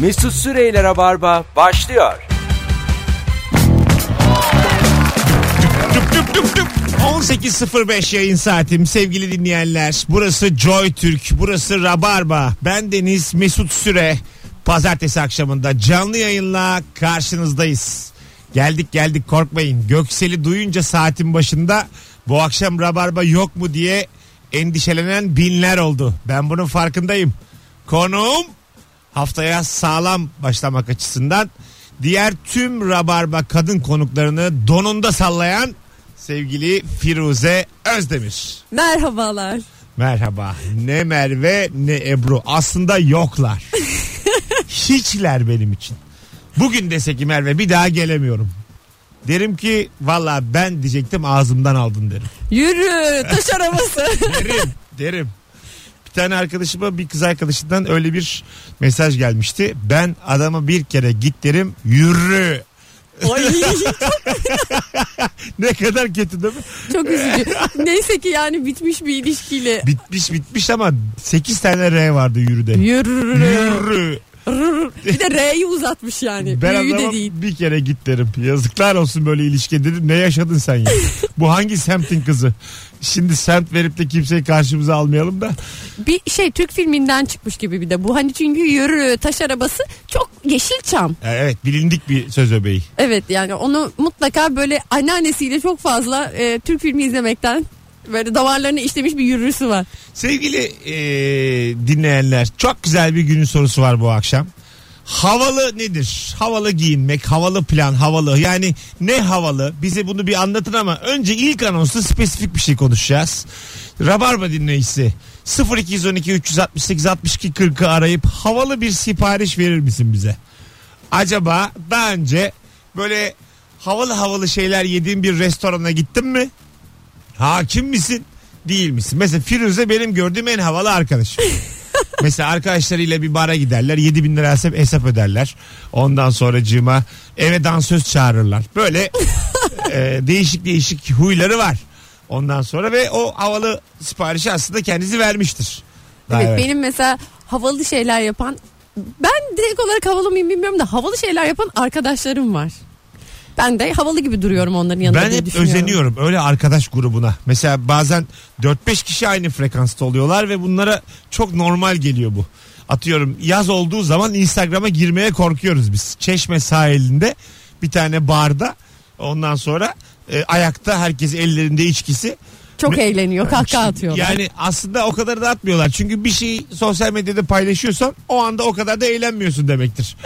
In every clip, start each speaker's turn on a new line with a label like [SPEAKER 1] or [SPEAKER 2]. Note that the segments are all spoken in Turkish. [SPEAKER 1] Mesut Süreyler'e barba başlıyor.
[SPEAKER 2] Düp düp düp düp. 18.05 yayın saatim sevgili dinleyenler. Burası Joy Türk, burası Rabarba. Ben Deniz Mesut Süre. Pazartesi akşamında canlı yayınla karşınızdayız. Geldik geldik korkmayın. Göksel'i duyunca saatin başında bu akşam Rabarba yok mu diye endişelenen binler oldu. Ben bunun farkındayım. Konuğum haftaya sağlam başlamak açısından diğer tüm Rabarba kadın konuklarını donunda sallayan sevgili Firuze Özdemir.
[SPEAKER 3] Merhabalar.
[SPEAKER 2] Merhaba. Ne Merve ne Ebru. Aslında yoklar. Hiçler benim için. Bugün dese ki Merve bir daha gelemiyorum. Derim ki valla ben diyecektim ağzımdan aldın derim.
[SPEAKER 3] Yürü taş arabası.
[SPEAKER 2] Derim derim. Bir tane arkadaşıma bir kız arkadaşından öyle bir mesaj gelmişti. Ben adama bir kere git derim yürü.
[SPEAKER 3] Ay,
[SPEAKER 2] Ne kadar kötü değil mi?
[SPEAKER 3] çok üzücü. Neyse ki yani bitmiş bir ilişkiyle.
[SPEAKER 2] Bitmiş bitmiş ama 8 tane R vardı yürüde.
[SPEAKER 3] Yürü.
[SPEAKER 2] Yürü.
[SPEAKER 3] Bir de R'yi uzatmış yani.
[SPEAKER 2] Ben
[SPEAKER 3] Büyü de
[SPEAKER 2] adama
[SPEAKER 3] değil.
[SPEAKER 2] bir kere git derim. Yazıklar olsun böyle ilişki dedim. Ne yaşadın sen ya? Bu hangi semtin kızı? Şimdi semt verip de kimseyi karşımıza almayalım da.
[SPEAKER 3] Bir şey Türk filminden çıkmış gibi bir de bu. Hani çünkü yürü taş arabası çok Yeşilçam.
[SPEAKER 2] E, Evet bilindik bir söz öbeği.
[SPEAKER 3] Evet yani onu mutlaka böyle anneannesiyle çok fazla e, Türk filmi izlemekten böyle damarlarına işlemiş bir yürürüsü var.
[SPEAKER 2] Sevgili e, dinleyenler çok güzel bir günün sorusu var bu akşam. Havalı nedir? Havalı giyinmek, havalı plan, havalı. Yani ne havalı? Bize bunu bir anlatın ama önce ilk anonsta spesifik bir şey konuşacağız. Rabarba dinleyicisi 0212 368 62 40'ı arayıp havalı bir sipariş verir misin bize? Acaba daha önce böyle havalı havalı şeyler yediğin bir restorana gittin mi? Hakim misin? Değil misin? Mesela Firuze benim gördüğüm en havalı arkadaşım. Mesela arkadaşlarıyla bir bara giderler. 7000 bin lira hesap, hesap öderler. Ondan sonracığıma eve dansöz çağırırlar. Böyle e, değişik değişik huyları var. Ondan sonra ve o havalı siparişi aslında kendisi vermiştir. Daha
[SPEAKER 3] Evet,
[SPEAKER 2] evvel.
[SPEAKER 3] benim mesela havalı şeyler yapan ben direkt olarak havalı mıyım bilmiyorum da havalı şeyler yapan arkadaşlarım var. Ben de havalı gibi duruyorum onların yanında
[SPEAKER 2] Ben
[SPEAKER 3] diye
[SPEAKER 2] hep
[SPEAKER 3] düşünüyorum.
[SPEAKER 2] özeniyorum öyle arkadaş grubuna. Mesela bazen 4-5 kişi aynı frekansta oluyorlar ve bunlara çok normal geliyor bu. Atıyorum yaz olduğu zaman Instagram'a girmeye korkuyoruz biz. Çeşme sahilinde bir tane barda ondan sonra e, ayakta herkes ellerinde içkisi.
[SPEAKER 3] Çok
[SPEAKER 2] Me-
[SPEAKER 3] eğleniyor kahkaha atıyor.
[SPEAKER 2] Yani aslında o kadar da atmıyorlar. Çünkü bir şeyi sosyal medyada paylaşıyorsan o anda o kadar da eğlenmiyorsun demektir.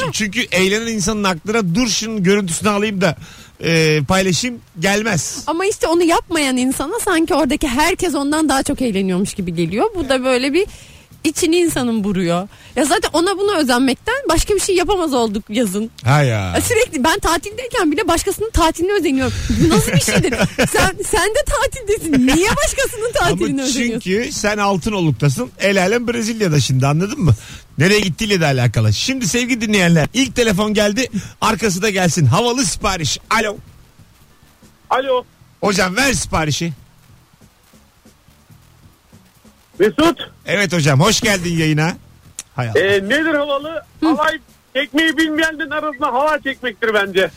[SPEAKER 2] Çünkü- Çünkü eğlenen insanın aklına dur şunun görüntüsünü alayım da e, paylaşayım gelmez.
[SPEAKER 3] Ama işte onu yapmayan insana sanki oradaki herkes ondan daha çok eğleniyormuş gibi geliyor. Bu da böyle bir içini insanın buruyor. Ya zaten ona bunu özenmekten başka bir şey yapamaz olduk yazın.
[SPEAKER 2] Ha ya.
[SPEAKER 3] Ya Sürekli ben tatildeyken bile başkasının tatiline özeniyorum. Bu nasıl bir şeydir? sen sen de tatildesin. Niye başkasının tatiline
[SPEAKER 2] Ama
[SPEAKER 3] özeniyorsun?
[SPEAKER 2] çünkü sen Altınoluk'tasın. El alem Brezilya'da şimdi anladın mı? Nereye gittiğiyle de alakalı. Şimdi sevgili dinleyenler ilk telefon geldi. Arkası da gelsin. Havalı sipariş. Alo.
[SPEAKER 4] Alo
[SPEAKER 2] Hocam ver siparişi.
[SPEAKER 4] Mesut
[SPEAKER 2] Evet hocam hoş geldin yayına. Hay Allah.
[SPEAKER 4] e, nedir havalı? Halay çekmeyi bilmeyenin arasında hava çekmektir bence.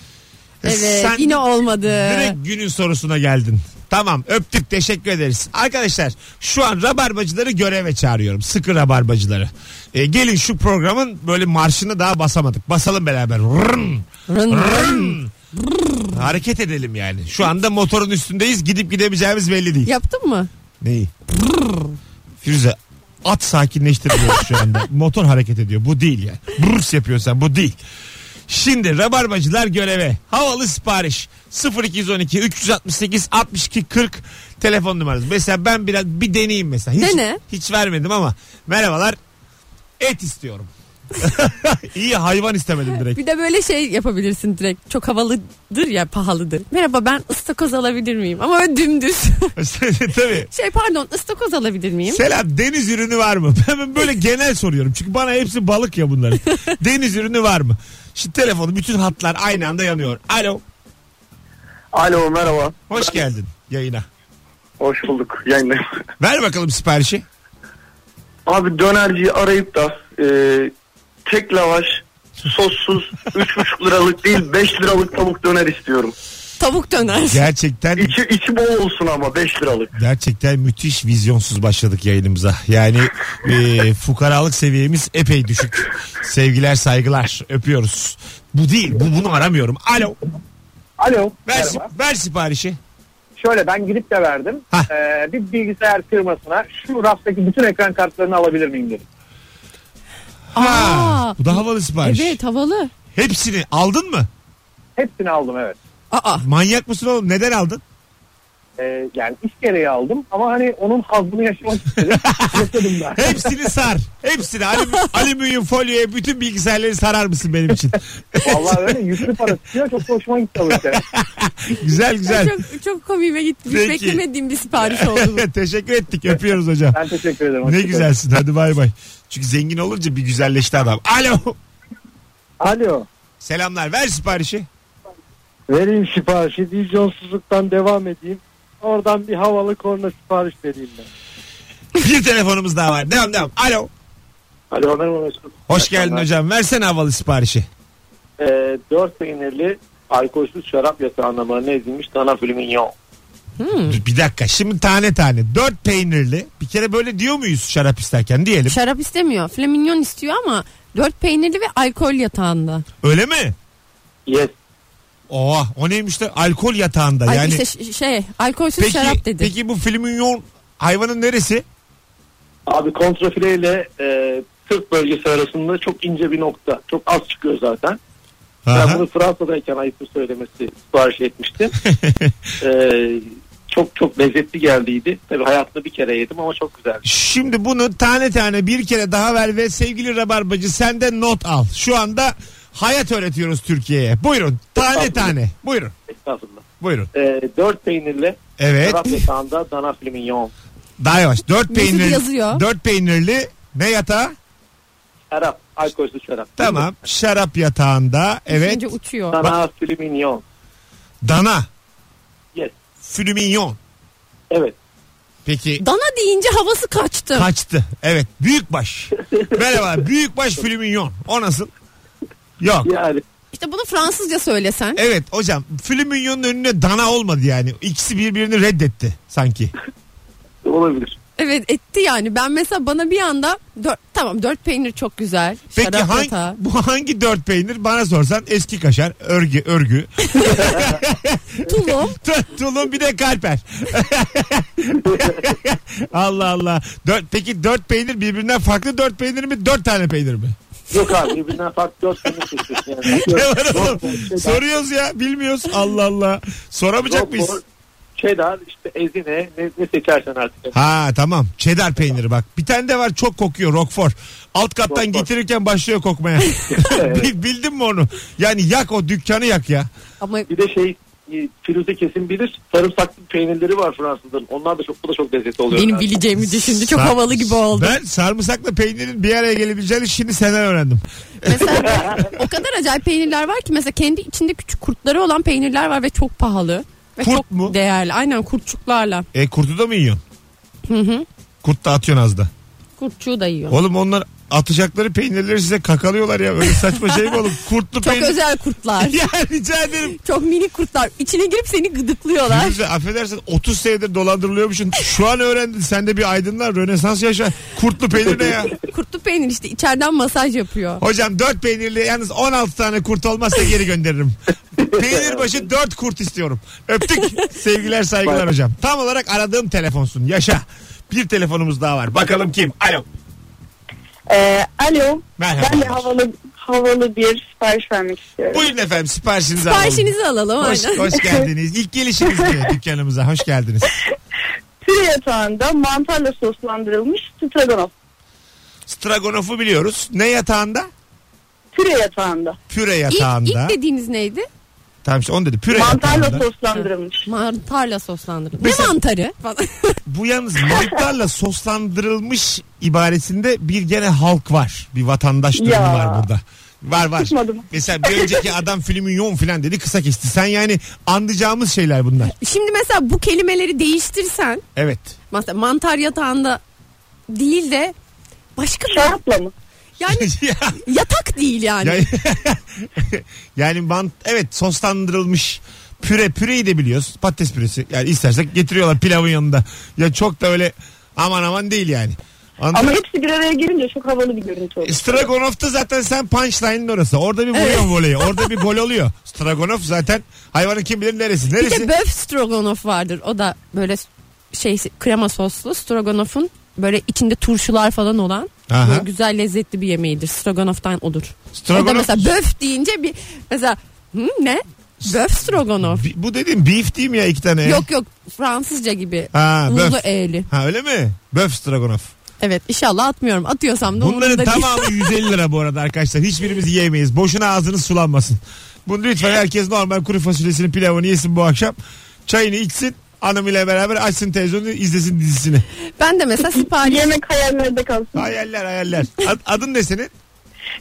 [SPEAKER 3] Evet
[SPEAKER 2] Sen-
[SPEAKER 3] yine olmadı.
[SPEAKER 2] Direkt günün sorusuna geldin. Tamam öptük teşekkür ederiz. Arkadaşlar şu an rabarbacıları göreve çağırıyorum. Sıkı rabarbacıları. E, gelin şu programın böyle marşını daha basamadık. Basalım beraber. Rın,
[SPEAKER 3] Rın rın.
[SPEAKER 2] rın. Hareket edelim yani. Şu anda motorun üstündeyiz. Gidip gidemeyeceğimiz belli değil.
[SPEAKER 3] Yaptın mı?
[SPEAKER 2] Neyi? Firuze at sakinleştirmiyor şu anda. Motor hareket ediyor. Bu değil yani. Brrs yapıyorsan bu değil. Şimdi rabarbacılar göreve. Havalı sipariş. 0212 368 62 40 telefon numaranız. Mesela ben biraz bir deneyeyim mesela. Hiç,
[SPEAKER 3] Dene.
[SPEAKER 2] Hiç vermedim ama merhabalar. Et istiyorum. İyi hayvan istemedim direkt.
[SPEAKER 3] Bir de böyle şey yapabilirsin direkt. Çok havalıdır ya pahalıdır. Merhaba ben ıstakoz alabilir miyim? Ama böyle dümdüz.
[SPEAKER 2] Tabii.
[SPEAKER 3] şey pardon ıstakoz alabilir miyim?
[SPEAKER 2] Selam deniz ürünü var mı? Ben böyle genel soruyorum. Çünkü bana hepsi balık ya bunların. deniz ürünü var mı? Şimdi telefonu bütün hatlar aynı anda yanıyor. Alo.
[SPEAKER 4] Alo merhaba.
[SPEAKER 2] Hoş geldin yayına.
[SPEAKER 4] Hoş bulduk yayınlar.
[SPEAKER 2] Ver bakalım siparişi.
[SPEAKER 4] Abi dönerciyi arayıp da e,
[SPEAKER 5] tek lavaş sossuz 3,5 liralık değil 5 liralık tavuk döner istiyorum.
[SPEAKER 3] Tavuk döner.
[SPEAKER 2] Gerçekten
[SPEAKER 5] İçi, içi bol olsun ama 5 liralık.
[SPEAKER 2] gerçekten müthiş vizyonsuz başladık yayınımıza. Yani e, fukaralık seviyemiz epey düşük. Sevgiler saygılar öpüyoruz. Bu değil bu bunu aramıyorum. Alo
[SPEAKER 6] Alo.
[SPEAKER 2] ver,
[SPEAKER 6] merhaba.
[SPEAKER 2] ver siparişi.
[SPEAKER 6] Şöyle ben gidip de verdim.
[SPEAKER 2] Hah.
[SPEAKER 6] Ee, bir bilgisayar firmasına şu raftaki bütün ekran kartlarını alabilir miyim dedim.
[SPEAKER 2] Ha,
[SPEAKER 3] Aa,
[SPEAKER 2] bu da havalı sipariş.
[SPEAKER 3] evet havalı.
[SPEAKER 2] Hepsini aldın mı?
[SPEAKER 6] Hepsini aldım evet.
[SPEAKER 3] Aa,
[SPEAKER 2] Manyak mısın oğlum neden aldın?
[SPEAKER 6] Ee, yani iş gereği aldım ama hani onun hazmını yaşamak istedim. Yaşadım da.
[SPEAKER 2] Hepsini sar. Hepsini alüm- alüminyum folyoya bütün bilgisayarları sarar mısın benim için?
[SPEAKER 6] Vallahi öyle yüklü para tutuyor. Çok hoşuma gitti bu işte.
[SPEAKER 2] güzel güzel.
[SPEAKER 3] çok, çok komiğime gitti. Hiç
[SPEAKER 2] Peki.
[SPEAKER 3] beklemediğim bir sipariş oldu bu.
[SPEAKER 2] Teşekkür ettik. Öpüyoruz hocam.
[SPEAKER 6] Ben teşekkür ederim.
[SPEAKER 2] Ne
[SPEAKER 6] Hoşçakalın.
[SPEAKER 2] güzelsin. Hadi bay bay. Çünkü zengin olunca bir güzelleşti adam. Alo.
[SPEAKER 6] Alo.
[SPEAKER 2] Selamlar. Ver siparişi.
[SPEAKER 7] Vereyim siparişi. Vizyonsuzluktan devam edeyim. Oradan bir havalı korna sipariş vereyim ben.
[SPEAKER 2] Bir telefonumuz daha var. Devam devam. Alo.
[SPEAKER 5] Alo merhaba Mesut.
[SPEAKER 2] Hoş geldin hocam. Versene havalı siparişi.
[SPEAKER 5] Ee, 4 peynirli alkolsüz şarap yasağına marine edilmiş dana filminyon.
[SPEAKER 3] Hmm.
[SPEAKER 2] Dur, Bir dakika. Şimdi tane tane. Dört peynirli. Bir kere böyle diyor muyuz şarap isterken diyelim.
[SPEAKER 3] Şarap istemiyor. Flaminyon istiyor ama dört peynirli ve alkol yatağında.
[SPEAKER 2] Öyle mi?
[SPEAKER 5] Yes.
[SPEAKER 2] Oha. O neymiş de alkol yatağında.
[SPEAKER 3] Ay
[SPEAKER 2] yani
[SPEAKER 3] işte ş- şey alkolsüz
[SPEAKER 2] peki,
[SPEAKER 3] şarap dedi.
[SPEAKER 2] peki bu filmin yoğun hayvanın neresi?
[SPEAKER 5] Abi kontrafile ile e, sırt bölgesi arasında çok ince bir nokta. Çok az çıkıyor zaten. Ben
[SPEAKER 2] Aha.
[SPEAKER 5] bunu Fransa'dayken ayıptır söylemesi sipariş etmiştim. Ee, çok çok lezzetli geldiydi. Tabii hayatımda bir kere yedim ama çok güzeldi.
[SPEAKER 2] Şimdi bunu tane tane bir kere daha ver ve sevgili Rabarbacı sen de not al. Şu anda hayat öğretiyoruz Türkiye'ye. Buyurun tane
[SPEAKER 5] Estağfurullah.
[SPEAKER 2] tane. Buyurun.
[SPEAKER 5] şey. Estağfurullah.
[SPEAKER 2] Buyurun.
[SPEAKER 5] Ee, dört peynirli
[SPEAKER 2] Evet.
[SPEAKER 5] şarap yatağında dana filminyon.
[SPEAKER 2] Daha yavaş. Dört
[SPEAKER 3] Mesut
[SPEAKER 2] peynirli.
[SPEAKER 3] yazıyor.
[SPEAKER 2] Dört peynirli ne yatağı?
[SPEAKER 5] Şarap, alkolsüz şarap.
[SPEAKER 2] Tamam. Şarap yatağında. Evet.
[SPEAKER 3] Düşünce uçuyor.
[SPEAKER 5] Dana filminyon.
[SPEAKER 2] Dana.
[SPEAKER 5] Yes.
[SPEAKER 2] Flüminyon.
[SPEAKER 5] Evet.
[SPEAKER 2] Peki
[SPEAKER 3] Dana deyince havası kaçtı.
[SPEAKER 2] kaçtı. Evet. Büyükbaş. Merhaba. Büyükbaş flüminyon. O nasıl? Yok.
[SPEAKER 5] Yani
[SPEAKER 3] İşte bunu Fransızca söylesen.
[SPEAKER 2] Evet hocam Flüminyon'un önüne dana olmadı yani. İkisi birbirini reddetti sanki.
[SPEAKER 5] olabilir.
[SPEAKER 3] Evet etti yani. Ben mesela bana bir anda dört, tamam dört peynir çok güzel.
[SPEAKER 2] Peki
[SPEAKER 3] şarap
[SPEAKER 2] hangi,
[SPEAKER 3] yatağı.
[SPEAKER 2] bu hangi dört peynir? Bana sorsan eski kaşar, örgü, örgü,
[SPEAKER 3] Tulum.
[SPEAKER 2] tu- tulum bir de kalper. Allah Allah. Dört, peki dört peynir birbirinden farklı dört peynir mi? Dört tane peynir mi?
[SPEAKER 5] Yok abi birbirinden farklı dört peynir seçiyorsun. Yani. şey
[SPEAKER 2] Ne var oğlum? Soruyoruz ya bilmiyoruz. Allah Allah. Soramayacak mıyız?
[SPEAKER 5] Roquefort, Cheddar, şey işte ezine ne, ne seçersen artık.
[SPEAKER 2] Ha tamam. Çedar peyniri bak. Bir tane de var çok kokuyor Roquefort. Alt kattan
[SPEAKER 5] Roquefort.
[SPEAKER 2] getirirken başlıyor kokmaya. Bi- Bildin mi onu? Yani yak o dükkanı yak ya.
[SPEAKER 3] Ama
[SPEAKER 5] Bir de şey e, Firuze kesin bilir. Sarımsaklı peynirleri var Fransızların. Onlar da çok bu da çok lezzetli oluyor.
[SPEAKER 3] benim
[SPEAKER 5] Yani.
[SPEAKER 3] bileceğimi düşündü. E, Çok
[SPEAKER 2] Sar-
[SPEAKER 3] havalı gibi oldu.
[SPEAKER 2] Ben sarımsakla peynirin bir araya gelebileceğini şimdi senden öğrendim.
[SPEAKER 3] Mesela ben- o kadar acayip peynirler var ki mesela kendi içinde küçük kurtları olan peynirler var ve çok pahalı. Ve
[SPEAKER 2] Kurt
[SPEAKER 3] çok
[SPEAKER 2] mu?
[SPEAKER 3] değerli. Aynen kurtçuklarla.
[SPEAKER 2] E kurtu da mı yiyorsun? Kurt da atıyorsun az da.
[SPEAKER 3] Kurtçuğu da yiyor.
[SPEAKER 2] Oğlum onlar atacakları peynirleri size kakalıyorlar ya. Öyle saçma şey mi oğlum? Kurtlu
[SPEAKER 3] Çok
[SPEAKER 2] peynir.
[SPEAKER 3] özel kurtlar.
[SPEAKER 2] Ya rica ederim.
[SPEAKER 3] çok minik kurtlar. İçine girip seni gıdıklıyorlar.
[SPEAKER 2] Firuze, affedersin 30 senedir dolandırılıyormuşsun. Şu an öğrendin. Sen de bir aydınlar. Rönesans yaşa. Kurtlu peynir ne ya?
[SPEAKER 3] Kurtlu peynir işte içeriden masaj yapıyor.
[SPEAKER 2] Hocam 4 peynirli yalnız 16 tane kurt olmazsa geri gönderirim. Peynir başı 4 kurt istiyorum. Öptük. Sevgiler saygılar hocam. Tam olarak aradığım telefonsun. Yaşa. Bir telefonumuz daha var. Bakalım kim? Alo.
[SPEAKER 8] Ee, alo.
[SPEAKER 2] Merhaba.
[SPEAKER 8] Ben de havalı havalı bir sipariş vermek istiyorum.
[SPEAKER 2] Buyurun efendim siparişinizi alalım.
[SPEAKER 3] Siparişinizi alalım.
[SPEAKER 2] Hoş,
[SPEAKER 3] aynen.
[SPEAKER 2] hoş geldiniz. İlk gelişiniz diye dükkanımıza. Hoş geldiniz.
[SPEAKER 8] Püre yatağında mantarla soslandırılmış stroganoff.
[SPEAKER 2] Stragonofu biliyoruz. Ne yatağında?
[SPEAKER 8] Püre yatağında.
[SPEAKER 2] Püre
[SPEAKER 3] İlk,
[SPEAKER 2] yatağında.
[SPEAKER 3] ilk dediğiniz neydi?
[SPEAKER 2] tamam işte onu dedi. Püre
[SPEAKER 8] Mantarla
[SPEAKER 2] yatağında.
[SPEAKER 8] soslandırılmış.
[SPEAKER 3] Mantarla soslandırılmış.
[SPEAKER 2] Mesela-
[SPEAKER 3] Ne mantarı? Falan.
[SPEAKER 2] Bu yalnız mantarla soslandırılmış ibaresinde bir gene halk var. Bir vatandaş durumu
[SPEAKER 8] Ya.
[SPEAKER 2] var burada. Var var.
[SPEAKER 8] Tutmadım.
[SPEAKER 2] Mesela bir önceki adam filmi yoğun filan dedi kısa kesti. Sen yani anlayacağımız şeyler bunlar.
[SPEAKER 3] Şimdi mesela bu kelimeleri değiştirsen
[SPEAKER 2] Evet.
[SPEAKER 3] mesela mantar yatağında değil de başka bir
[SPEAKER 8] Şarapla mı?
[SPEAKER 3] Yani
[SPEAKER 2] Ya-
[SPEAKER 3] yatak değil yani.
[SPEAKER 2] yani, yani mant evet soslandırılmış püre püreyi de biliyoruz. Patates püresi. Yani istersek getiriyorlar pilavın yanında. Ya çok da öyle aman aman değil yani. Anladın
[SPEAKER 8] Ama
[SPEAKER 2] mı?
[SPEAKER 8] hepsi bir araya gelince çok havalı bir görüntü oluyor.
[SPEAKER 2] Stragonov'ta zaten sen punchline'ın orası. Orada bir vuruyor voleyi. Orada bir gol oluyor. Stragonov zaten hayvanın kim bilir neresi.
[SPEAKER 3] Bir
[SPEAKER 2] Neresi?
[SPEAKER 3] de böf stroganoff vardır. O da böyle şey krema soslu stroganofun böyle içinde turşular falan olan
[SPEAKER 2] Aha.
[SPEAKER 3] böyle güzel lezzetli bir yemeğidir. Stroganof'tan odur. O da
[SPEAKER 2] Stroganoff-
[SPEAKER 3] mesela böf deyince bir mesela "Hı, ne? Böf stroganoff.
[SPEAKER 2] Bi- Bu dediğim beef değil mi ya iki tane?
[SPEAKER 3] Yok yok Fransızca gibi.
[SPEAKER 2] Ha, böf.
[SPEAKER 3] Ulu eğli.
[SPEAKER 2] Ha öyle mi? Böf Stragonov.
[SPEAKER 3] Evet inşallah atmıyorum. Atıyorsam da
[SPEAKER 2] Bunların
[SPEAKER 3] umurumda değil.
[SPEAKER 2] tamamı 150 lira bu arada arkadaşlar. Hiçbirimiz yiyemeyiz. Boşuna ağzınız sulanmasın. Bunu lütfen herkes normal kuru fasulyesinin pilavını yesin bu akşam. Çayını içsin. Hanımıyla beraber açsın televizyonu izlesin dizisini.
[SPEAKER 3] Ben de mesela sipariş
[SPEAKER 8] Yemek hayallerde kalsın.
[SPEAKER 2] Hayaller hayaller. Ad- adın ne senin?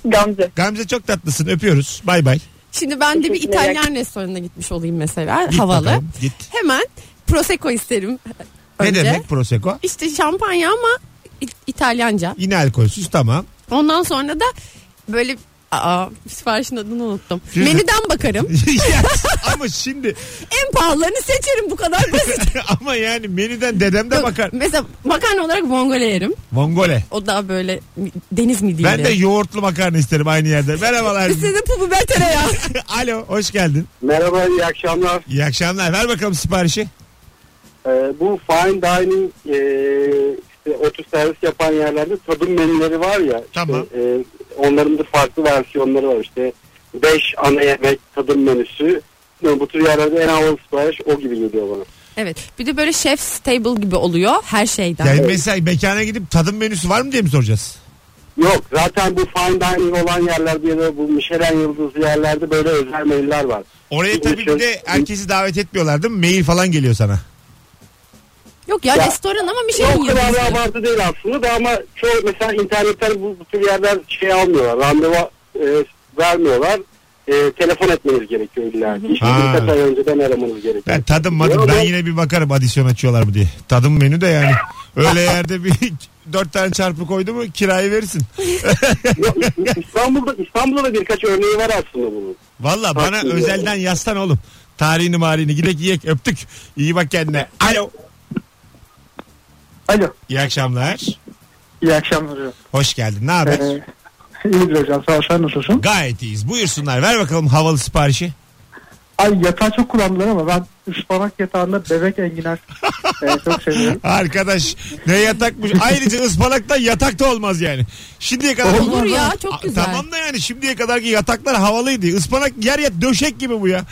[SPEAKER 8] Gamze.
[SPEAKER 2] Gamze çok tatlısın. Öpüyoruz. Bay bay.
[SPEAKER 3] Şimdi ben de bir
[SPEAKER 8] Teşekkürler.
[SPEAKER 3] İtalyan restoranına gitmiş olayım mesela
[SPEAKER 2] Git
[SPEAKER 3] havalı.
[SPEAKER 2] bakalım, git.
[SPEAKER 3] Hemen prosecco isterim.
[SPEAKER 2] Ne
[SPEAKER 3] önce.
[SPEAKER 2] demek Prosecco?
[SPEAKER 3] İşte şampanya ama İ- İtalyanca.
[SPEAKER 2] Yine alkolsüz tamam.
[SPEAKER 3] Ondan sonra da böyle aa siparişin adını unuttum.
[SPEAKER 2] Şimdi-
[SPEAKER 3] Menüden bakarım.
[SPEAKER 2] Ya, ama şimdi
[SPEAKER 3] en pahalılarını seçerim bu kadar basit.
[SPEAKER 2] ama yani menüden dedem de bakar.
[SPEAKER 3] Mesela makarna olarak vongole yerim.
[SPEAKER 2] Mongole.
[SPEAKER 3] O da böyle mi- deniz mi
[SPEAKER 2] Ben de yoğurtlu makarna isterim aynı yerde. Merhabalar.
[SPEAKER 3] Size de pul biber tereyağı.
[SPEAKER 2] Alo hoş geldin.
[SPEAKER 9] Merhaba iyi akşamlar.
[SPEAKER 2] İyi akşamlar. Ver bakalım siparişi.
[SPEAKER 9] Ee, bu fine dining e, işte otur servis yapan yerlerde tadım menüleri var ya. işte,
[SPEAKER 2] Tamam.
[SPEAKER 9] e, onların da farklı versiyonları var işte. 5 ana yemek tadım menüsü. Yani Bu tür yerlerde en havalı sipariş o gibi geliyor bana.
[SPEAKER 3] evet. Bir de böyle chef's table gibi oluyor her şeyden.
[SPEAKER 2] Yani mesela mekana gidip tadım menüsü var mı diye mi soracağız?
[SPEAKER 9] Yok zaten bu fine dining olan yerlerde ya da bu Michelin yıldızlı yerlerde böyle özel menüler var.
[SPEAKER 2] Oraya tabii bir de herkesi davet etmiyorlar değil mi? Mail falan geliyor sana.
[SPEAKER 3] Yok ya,
[SPEAKER 9] Ya-
[SPEAKER 3] restoran ama bir şey
[SPEAKER 9] Yok kadar da
[SPEAKER 3] yiyoruz.
[SPEAKER 9] abartı değil aslında da ama çoğu mesela internetten bu, bu tür yerler şey almıyorlar. Randevu e, vermiyorlar. E, telefon etmeniz gerekiyor illa ki. İşte
[SPEAKER 2] Ha.
[SPEAKER 9] birkaç ay önceden aramanız gerekiyor.
[SPEAKER 2] Ben tadım madım
[SPEAKER 9] Yok,
[SPEAKER 2] ben
[SPEAKER 9] ben-
[SPEAKER 2] yine bir bakarım adisyon açıyorlar mı diye. Tadım menü de yani. Öyle yerde bir dört tane çarpı koydu mu kirayı verirsin.
[SPEAKER 9] Yok, İstanbul'da, İstanbul'da da birkaç örneği var aslında bunun.
[SPEAKER 2] Valla bana
[SPEAKER 9] Haklısın.
[SPEAKER 2] özelden yazsan oğlum. Tarihini marihini gidek yiyek öptük. İyi bak kendine. Alo.
[SPEAKER 6] Alo.
[SPEAKER 2] İyi akşamlar.
[SPEAKER 6] İyi akşamlar hocam.
[SPEAKER 2] Hoş geldin. Ne haber?
[SPEAKER 6] Ee, iyidir hocam. Sağ ol. Sen nasılsın?
[SPEAKER 2] Gayet iyiyiz. Buyursunlar. Ver bakalım havalı siparişi.
[SPEAKER 6] Ay yatağı çok kullandılar ama ben ıspanak yatağında bebek enginar e, çok seviyorum.
[SPEAKER 2] Arkadaş ne yatakmış. Ayrıca ıspanaktan yatak da olmaz yani. Şimdiye kadar
[SPEAKER 3] Olur ya
[SPEAKER 2] A-
[SPEAKER 3] çok güzel.
[SPEAKER 2] Tamam da yani şimdiye kadarki yataklar havalıydı. Ispanak yer yat döşek gibi bu ya.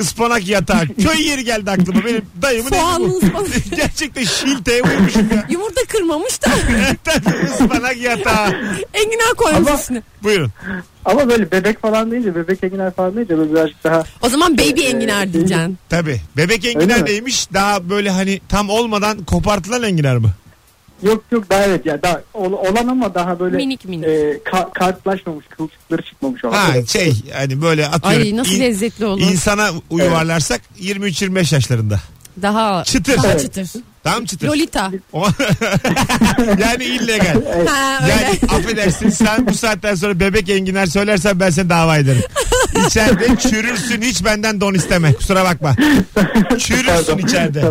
[SPEAKER 2] Ispanak yatağı. Köy yeri geldi aklıma. Benim dayımın evi
[SPEAKER 3] Soğanlı
[SPEAKER 2] bu.
[SPEAKER 3] ıspanak.
[SPEAKER 2] Gerçekten şilte uymuşum ya.
[SPEAKER 3] Yumurta kırmamış da
[SPEAKER 2] Tabii ıspanak yatağı.
[SPEAKER 3] enginar koymuş
[SPEAKER 6] Ama-
[SPEAKER 3] üstüne.
[SPEAKER 2] Buyurun.
[SPEAKER 6] Ama böyle bebek falan deyince bebek enginar falan deyince böyle birazcık daha
[SPEAKER 3] O zaman baby
[SPEAKER 6] Ee,
[SPEAKER 3] enginar
[SPEAKER 6] iyi.
[SPEAKER 3] diyeceksin.
[SPEAKER 2] Tabii. Bebek
[SPEAKER 6] Öyle
[SPEAKER 2] enginar
[SPEAKER 6] mi?
[SPEAKER 2] neymiş? Daha böyle hani tam olmadan kopartılan enginar mı?
[SPEAKER 6] yok yok daha evet ya daha ol- olan ama daha böyle
[SPEAKER 3] Minik minik.
[SPEAKER 6] e, ka- kartlaşmamış kılçıkları çıkmamış olan.
[SPEAKER 2] Ha
[SPEAKER 6] Evet.
[SPEAKER 2] şey hani böyle atıyorum.
[SPEAKER 3] Ay nasıl
[SPEAKER 2] in-
[SPEAKER 3] lezzetli olur.
[SPEAKER 2] İnsana yuvarlarsak 23-25 yaşlarında.
[SPEAKER 3] Daha
[SPEAKER 2] Çıtır.
[SPEAKER 3] daha
[SPEAKER 6] Evet.
[SPEAKER 3] çıtır.
[SPEAKER 2] Tam çıtır.
[SPEAKER 3] Lolita.
[SPEAKER 2] O- yani illegal.
[SPEAKER 3] Ha öyle.
[SPEAKER 2] Yani affedersin sen bu saatten sonra bebek enginar söylersen ben seni dava ederim. İçeride çürürsün hiç benden don isteme. Kusura bakma. Çürürsün içeride.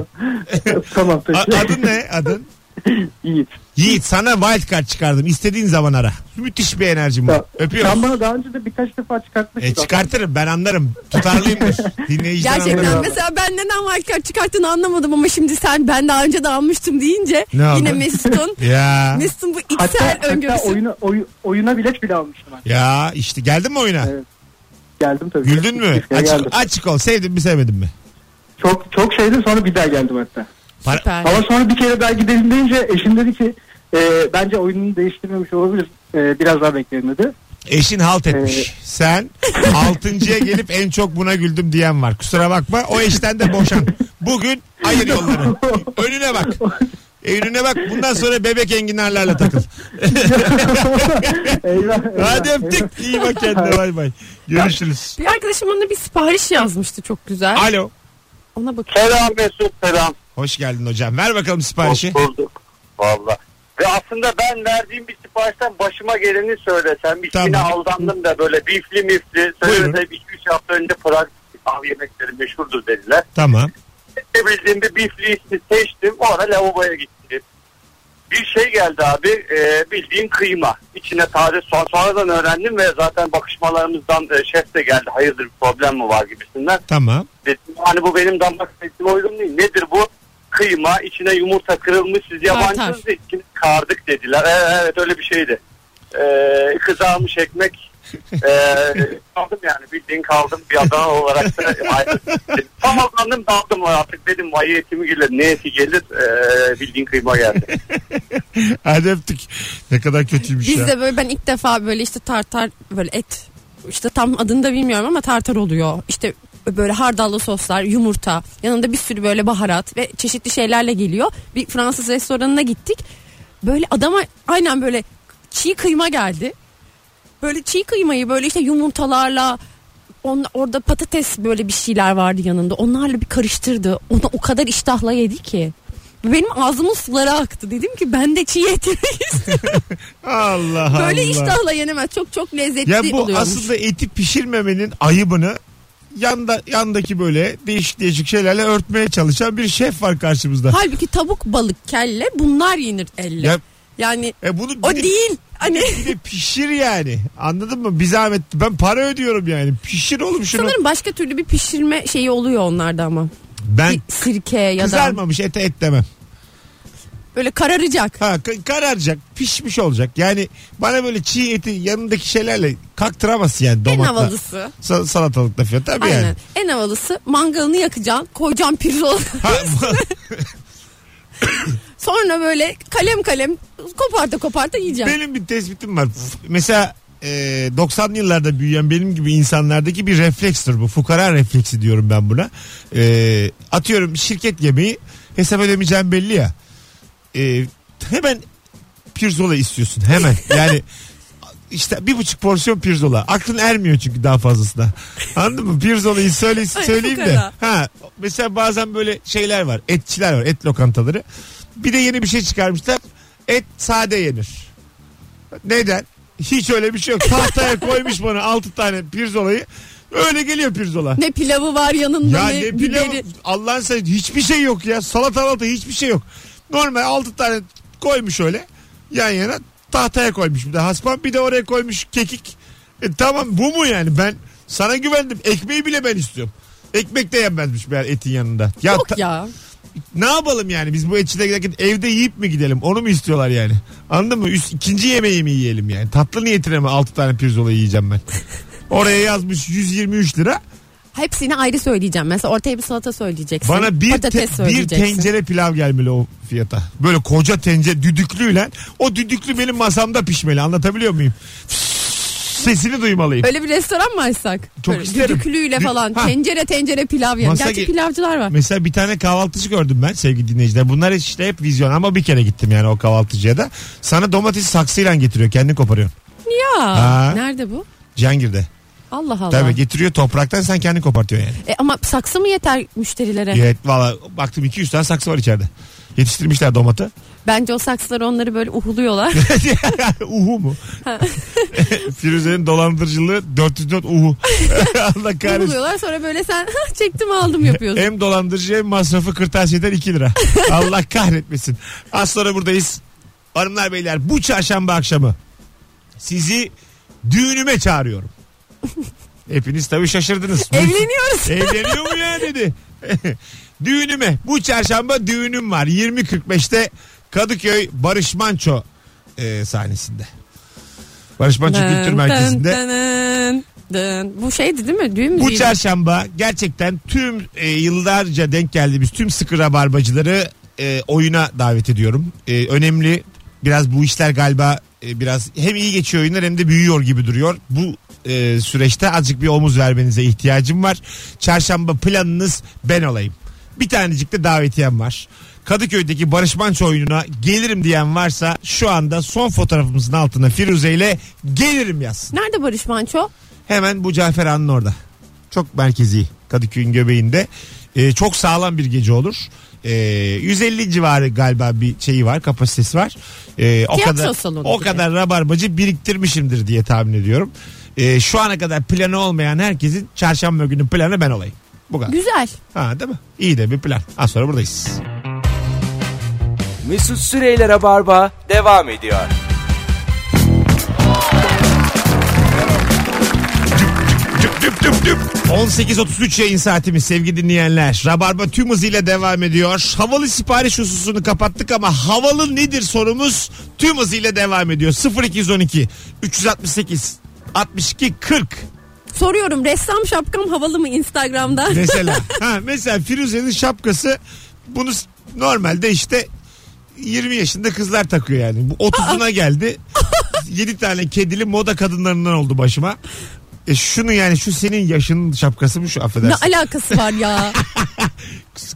[SPEAKER 6] tamam
[SPEAKER 2] A-
[SPEAKER 6] peki.
[SPEAKER 2] adın ne? Adın?
[SPEAKER 6] Yiğit.
[SPEAKER 2] Yiğit sana wildcard çıkardım. İstediğin zaman ara. Müthiş bir enerjim var.
[SPEAKER 6] Tamam.
[SPEAKER 2] Öpüyorum.
[SPEAKER 6] Sen bana daha önce de birkaç defa çıkartmıştın.
[SPEAKER 2] E çıkartırım ben anlarım. Tutarlıyımdır. Dinleyiciden
[SPEAKER 3] Gerçekten
[SPEAKER 2] anlarım.
[SPEAKER 3] mesela ben neden wildcard çıkarttığını anlamadım ama şimdi sen ben daha önce de almıştım deyince
[SPEAKER 2] Ne oldu?
[SPEAKER 3] yine Mesut'un
[SPEAKER 2] Ya.
[SPEAKER 3] Mesut'un bu
[SPEAKER 6] Hatta,
[SPEAKER 3] içsel
[SPEAKER 6] hatta
[SPEAKER 3] öngörüsü.
[SPEAKER 6] oyuna, oy- oyuna bilet bile almıştım. Ben.
[SPEAKER 2] Ya işte geldin mi oyuna?
[SPEAKER 6] Evet. Geldim tabii.
[SPEAKER 2] Güldün mü?
[SPEAKER 6] Keşke geldim.
[SPEAKER 2] Açık, açık ol. Sevdin mi sevmedin mi?
[SPEAKER 6] Çok çok şeydim sonra bir daha geldim hatta.
[SPEAKER 2] Para-
[SPEAKER 3] Süper.
[SPEAKER 6] Ama sonra bir kere daha gidelim deyince eşim dedi ki e, bence oyununu değiştirmemiş olabilir. E, biraz daha bekleyin dedi.
[SPEAKER 2] Eşin halt etmiş.
[SPEAKER 6] Evet.
[SPEAKER 2] Sen altıncıya gelip en çok buna güldüm diyen var. Kusura bakma o eşten de boşan. Bugün ayır yolları. Önüne bak. Önüne bak bundan sonra bebek enginarlarla takıl.
[SPEAKER 6] Eyvah, eyvah.
[SPEAKER 2] Hadi öptük. İyi bak kendine bay bay. Görüşürüz.
[SPEAKER 3] Bir arkadaşım bana bir sipariş yazmıştı çok güzel.
[SPEAKER 2] Alo.
[SPEAKER 3] Ona bak.
[SPEAKER 9] Selam Mesut selam.
[SPEAKER 2] Hoş geldin hocam. Ver bakalım siparişi.
[SPEAKER 9] Hoş bulduk. Valla. Ve aslında ben verdiğim bir siparişten başıma geleni söylesem. İsmine
[SPEAKER 2] Tamam.
[SPEAKER 9] aldandım da böyle bifli mifli.
[SPEAKER 2] Buyurun.
[SPEAKER 9] Söylesem 2-3 hafta önce Prag av yemekleri meşhurdur dediler.
[SPEAKER 2] Tamam.
[SPEAKER 9] Ne bildiğimde bifli ismi seçtim. O ara lavaboya gittim. Bir şey geldi abi e, bildiğin kıyma. İçine taze soğan. Sonradan öğrendim ve zaten bakışmalarımızdan e, şef de geldi. Hayırdır bir problem mi var gibisinden.
[SPEAKER 2] Tamam.
[SPEAKER 9] Dedim hani bu benim damak zevkime uygun değil. Nedir bu? Kıyma içine yumurta kırılmış siz yabancısınız da içine kardık dediler. Evet, evet öyle bir şeydi. Ee, kızarmış ekmek ee, kaldım yani bildiğin kaldım bir adam olarak da ayrı. tam aldandım daldım artık dedim vay eti mi gelir ne eti gelir Ee, bildiğin kıyma geldi.
[SPEAKER 2] Hadi öptük. Ne kadar kötüymüş
[SPEAKER 3] Biz
[SPEAKER 2] ya.
[SPEAKER 3] de böyle ben ilk defa böyle işte tartar böyle et işte tam adını da bilmiyorum ama tartar oluyor. İşte böyle hardallı soslar, yumurta, yanında bir sürü böyle baharat ve çeşitli şeylerle geliyor. Bir Fransız restoranına gittik. Böyle adama aynen böyle çiğ kıyma geldi. Böyle çiğ kıymayı böyle işte yumurtalarla on, orada patates böyle bir şeyler vardı yanında. Onlarla bir karıştırdı. Onu o kadar iştahla yedi ki. Benim ağzımın suları aktı. Dedim ki ben de çiğ et yemek
[SPEAKER 2] Allah Allah.
[SPEAKER 3] Böyle iştahla yenemez. Çok çok lezzetli
[SPEAKER 2] Ya bu
[SPEAKER 3] oluyormuş.
[SPEAKER 2] aslında eti pişirmemenin ayıbını yanda yandaki böyle değişik değişik şeylerle örtmeye çalışan bir şef var karşımızda.
[SPEAKER 3] Halbuki tavuk, balık, kelle bunlar yenir elle.
[SPEAKER 2] Ya-
[SPEAKER 3] Yani
[SPEAKER 2] E bunu bir
[SPEAKER 3] o
[SPEAKER 2] de-
[SPEAKER 3] değil. Hani
[SPEAKER 2] bir de pişir yani. Anladın mı? Bir zahmet. Ben para ödüyorum yani. Pişir oğlum şunu.
[SPEAKER 3] sanırım başka türlü bir pişirme şeyi oluyor onlarda ama.
[SPEAKER 2] ben
[SPEAKER 3] Bir sirke ya da
[SPEAKER 2] kızarmamış ete et demem.
[SPEAKER 3] böyle kararacak.
[SPEAKER 2] Ha k- kararacak, pişmiş olacak. Yani bana böyle çiğ eti yanındaki şeylerle kaktıramazsın yani
[SPEAKER 3] En
[SPEAKER 2] domatla.
[SPEAKER 3] havalısı.
[SPEAKER 2] Sa- salatalıkla falan tabii
[SPEAKER 3] Aynen.
[SPEAKER 2] yani.
[SPEAKER 3] En havalısı mangalını yakacaksın, koyacaksın pirzola.
[SPEAKER 2] Ha,
[SPEAKER 3] Sonra böyle kalem kalem koparta koparta yiyeceksin.
[SPEAKER 2] Benim bir tespitim var. F- Mesela e, 90'lı yıllarda büyüyen benim gibi insanlardaki bir reflekstir bu. Fukara refleksi diyorum ben buna. E, atıyorum şirket yemeği hesap ödemeyeceğim belli ya. E, hemen pirzola istiyorsun hemen. Yani işte bir buçuk porsiyon pirzola. Aklın ermiyor çünkü daha fazlasına. Anladın mı? Pirzolayı söyle,
[SPEAKER 3] Ay,
[SPEAKER 2] söyleyeyim de.
[SPEAKER 3] fukara.
[SPEAKER 2] Ha, mesela bazen böyle şeyler var. Etçiler var. Et lokantaları. Bir de yeni bir şey çıkarmışlar. Et sade yenir. Neden? Hiç öyle bir şey yok. Tahtaya koymuş bana 6 tane pirzolayı. Öyle geliyor pirzola.
[SPEAKER 3] Ne pilavı var yanında
[SPEAKER 2] Ya
[SPEAKER 3] ne,
[SPEAKER 2] ne
[SPEAKER 3] biberi.
[SPEAKER 2] pilavı Allah'ın sayısı hiçbir şey yok ya. Salata malata hiçbir şey yok. Normal 6 tane koymuş öyle yan yana tahtaya koymuş bir de haspan bir de oraya koymuş kekik. E tamam bu mu yani ben sana güvendim ekmeği bile ben istiyorum. Ekmek de yenmezmiş meğer etin yanında. Ya, ta-
[SPEAKER 3] Yok ya.
[SPEAKER 2] ne yapalım yani biz bu etçide giderken evde yiyip mi gidelim onu mu istiyorlar yani? Anladın mı? Üst, ikinci yemeği mi yiyelim yani? Tatlı niyetine mi 6 tane pirzola yiyeceğim ben? Oraya yazmış 123 lira.
[SPEAKER 3] Hepsini ayrı söyleyeceğim. Mesela ortaya bir salata söyleyeceksin.
[SPEAKER 2] Bana bir, te-
[SPEAKER 3] patates
[SPEAKER 2] bir
[SPEAKER 3] söyleyeceksin.
[SPEAKER 2] tencere pilav gelmeli o fiyata. Böyle koca tencere düdüklüyle. O düdüklü benim masamda pişmeli. Anlatabiliyor muyum? Sesini duymalıyım.
[SPEAKER 3] Öyle bir restoran mı açsak?
[SPEAKER 2] Çok
[SPEAKER 3] Böyle
[SPEAKER 2] isterim.
[SPEAKER 3] düdüklüyle
[SPEAKER 2] Dü-
[SPEAKER 3] falan.
[SPEAKER 2] Ha.
[SPEAKER 3] Tencere tencere pilav yani.
[SPEAKER 2] Masa
[SPEAKER 3] Gerçi
[SPEAKER 2] ge-
[SPEAKER 3] pilavcılar var.
[SPEAKER 2] Mesela bir tane kahvaltıcı gördüm ben sevgili dinleyiciler. Bunlar işte hep vizyon ama bir kere gittim yani o kahvaltıcıya da. Sana domatesi saksıyla getiriyor. Kendin koparıyorsun.
[SPEAKER 3] Ya.
[SPEAKER 2] Ha.
[SPEAKER 3] Nerede bu?
[SPEAKER 2] Cengir'de.
[SPEAKER 3] Allah Allah.
[SPEAKER 2] Tabii getiriyor topraktan sen kendin kopartıyorsun yani.
[SPEAKER 3] E ama saksı mı yeter müşterilere?
[SPEAKER 2] Evet valla baktım 200 tane saksı var içeride. Yetiştirmişler domatı.
[SPEAKER 3] Bence o saksılar onları böyle uhuluyorlar.
[SPEAKER 2] uhu mu? Firuze'nin dolandırıcılığı 404 uhu. Allah kahretsin.
[SPEAKER 3] uhuluyorlar sonra böyle sen "Ha, çektim aldım yapıyorsun.
[SPEAKER 2] Hem dolandırıcı hem masrafı kırtasiyeden 2 lira. Allah kahretmesin. Az sonra buradayız. Hanımlar beyler bu çarşamba akşamı sizi düğünüme çağırıyorum. Hepiniz tabii şaşırdınız.
[SPEAKER 3] Evleniyoruz.
[SPEAKER 2] E- Evleniyor mu ya dedi. Düğünüme. Bu çarşamba düğünüm var. 20.45'te Kadıköy Barış Manço e, sahnesinde. Barış Manço
[SPEAKER 3] Dın,
[SPEAKER 2] Kültür
[SPEAKER 3] dın,
[SPEAKER 2] Merkezi'nde.
[SPEAKER 3] dın, dın. Bu şeydi değil mi? Düğün
[SPEAKER 2] Bu
[SPEAKER 3] müziği.
[SPEAKER 2] çarşamba gerçekten tüm e, yıllarca denk geldiğimiz tüm sıkı rabarbacıları e, oyuna davet ediyorum. E, önemli biraz bu işler galiba e, biraz hem iyi geçiyor oyunlar hem de büyüyor gibi duruyor. Bu e, süreçte azıcık bir omuz vermenize ihtiyacım var. Çarşamba planınız ben olayım. Bir tanecik de davetiyem var. Kadıköy'deki Barış Manço oyununa gelirim diyen varsa şu anda son fotoğrafımızın altına Firuze ile gelirim yazsın.
[SPEAKER 3] Nerede Barış Manço?
[SPEAKER 2] Hemen bu Cafer Han'ın orada. Çok merkezi Kadıköy'ün göbeğinde. Ee, çok sağlam bir gece olur. Ee, 150 civarı galiba bir şeyi var kapasitesi var. Ee, o
[SPEAKER 3] Tiyatro
[SPEAKER 2] kadar
[SPEAKER 3] salonu
[SPEAKER 2] o
[SPEAKER 3] gibi.
[SPEAKER 2] kadar rabarbacı biriktirmişimdir diye tahmin ediyorum. Ee, şu ana kadar planı olmayan herkesin çarşamba günü planı ben olayım. Bu kadar.
[SPEAKER 3] Güzel.
[SPEAKER 2] Ha değil mi? İyi de bir plan. Az sonra buradayız.
[SPEAKER 1] Mesut Süreyler'e barba devam ediyor.
[SPEAKER 2] Düp düp düp düp. 18.33 yayın saatimiz sevgili dinleyenler. Rabarba tüm hızıyla devam ediyor. Havalı sipariş hususunu kapattık ama havalı nedir sorumuz tüm hızıyla devam ediyor. 0212 368 62 40
[SPEAKER 3] Soruyorum ressam şapkam havalı mı Instagram'da?
[SPEAKER 2] mesela. ha, mesela Firuze'nin şapkası bunu s- normalde işte 20 yaşında kızlar takıyor yani. Bu 30'una geldi. 7 tane kedili moda kadınlarından oldu başıma. E şunu yani şu senin yaşının şapkası mı şu
[SPEAKER 3] ne
[SPEAKER 2] affedersin.
[SPEAKER 3] alakası var ya?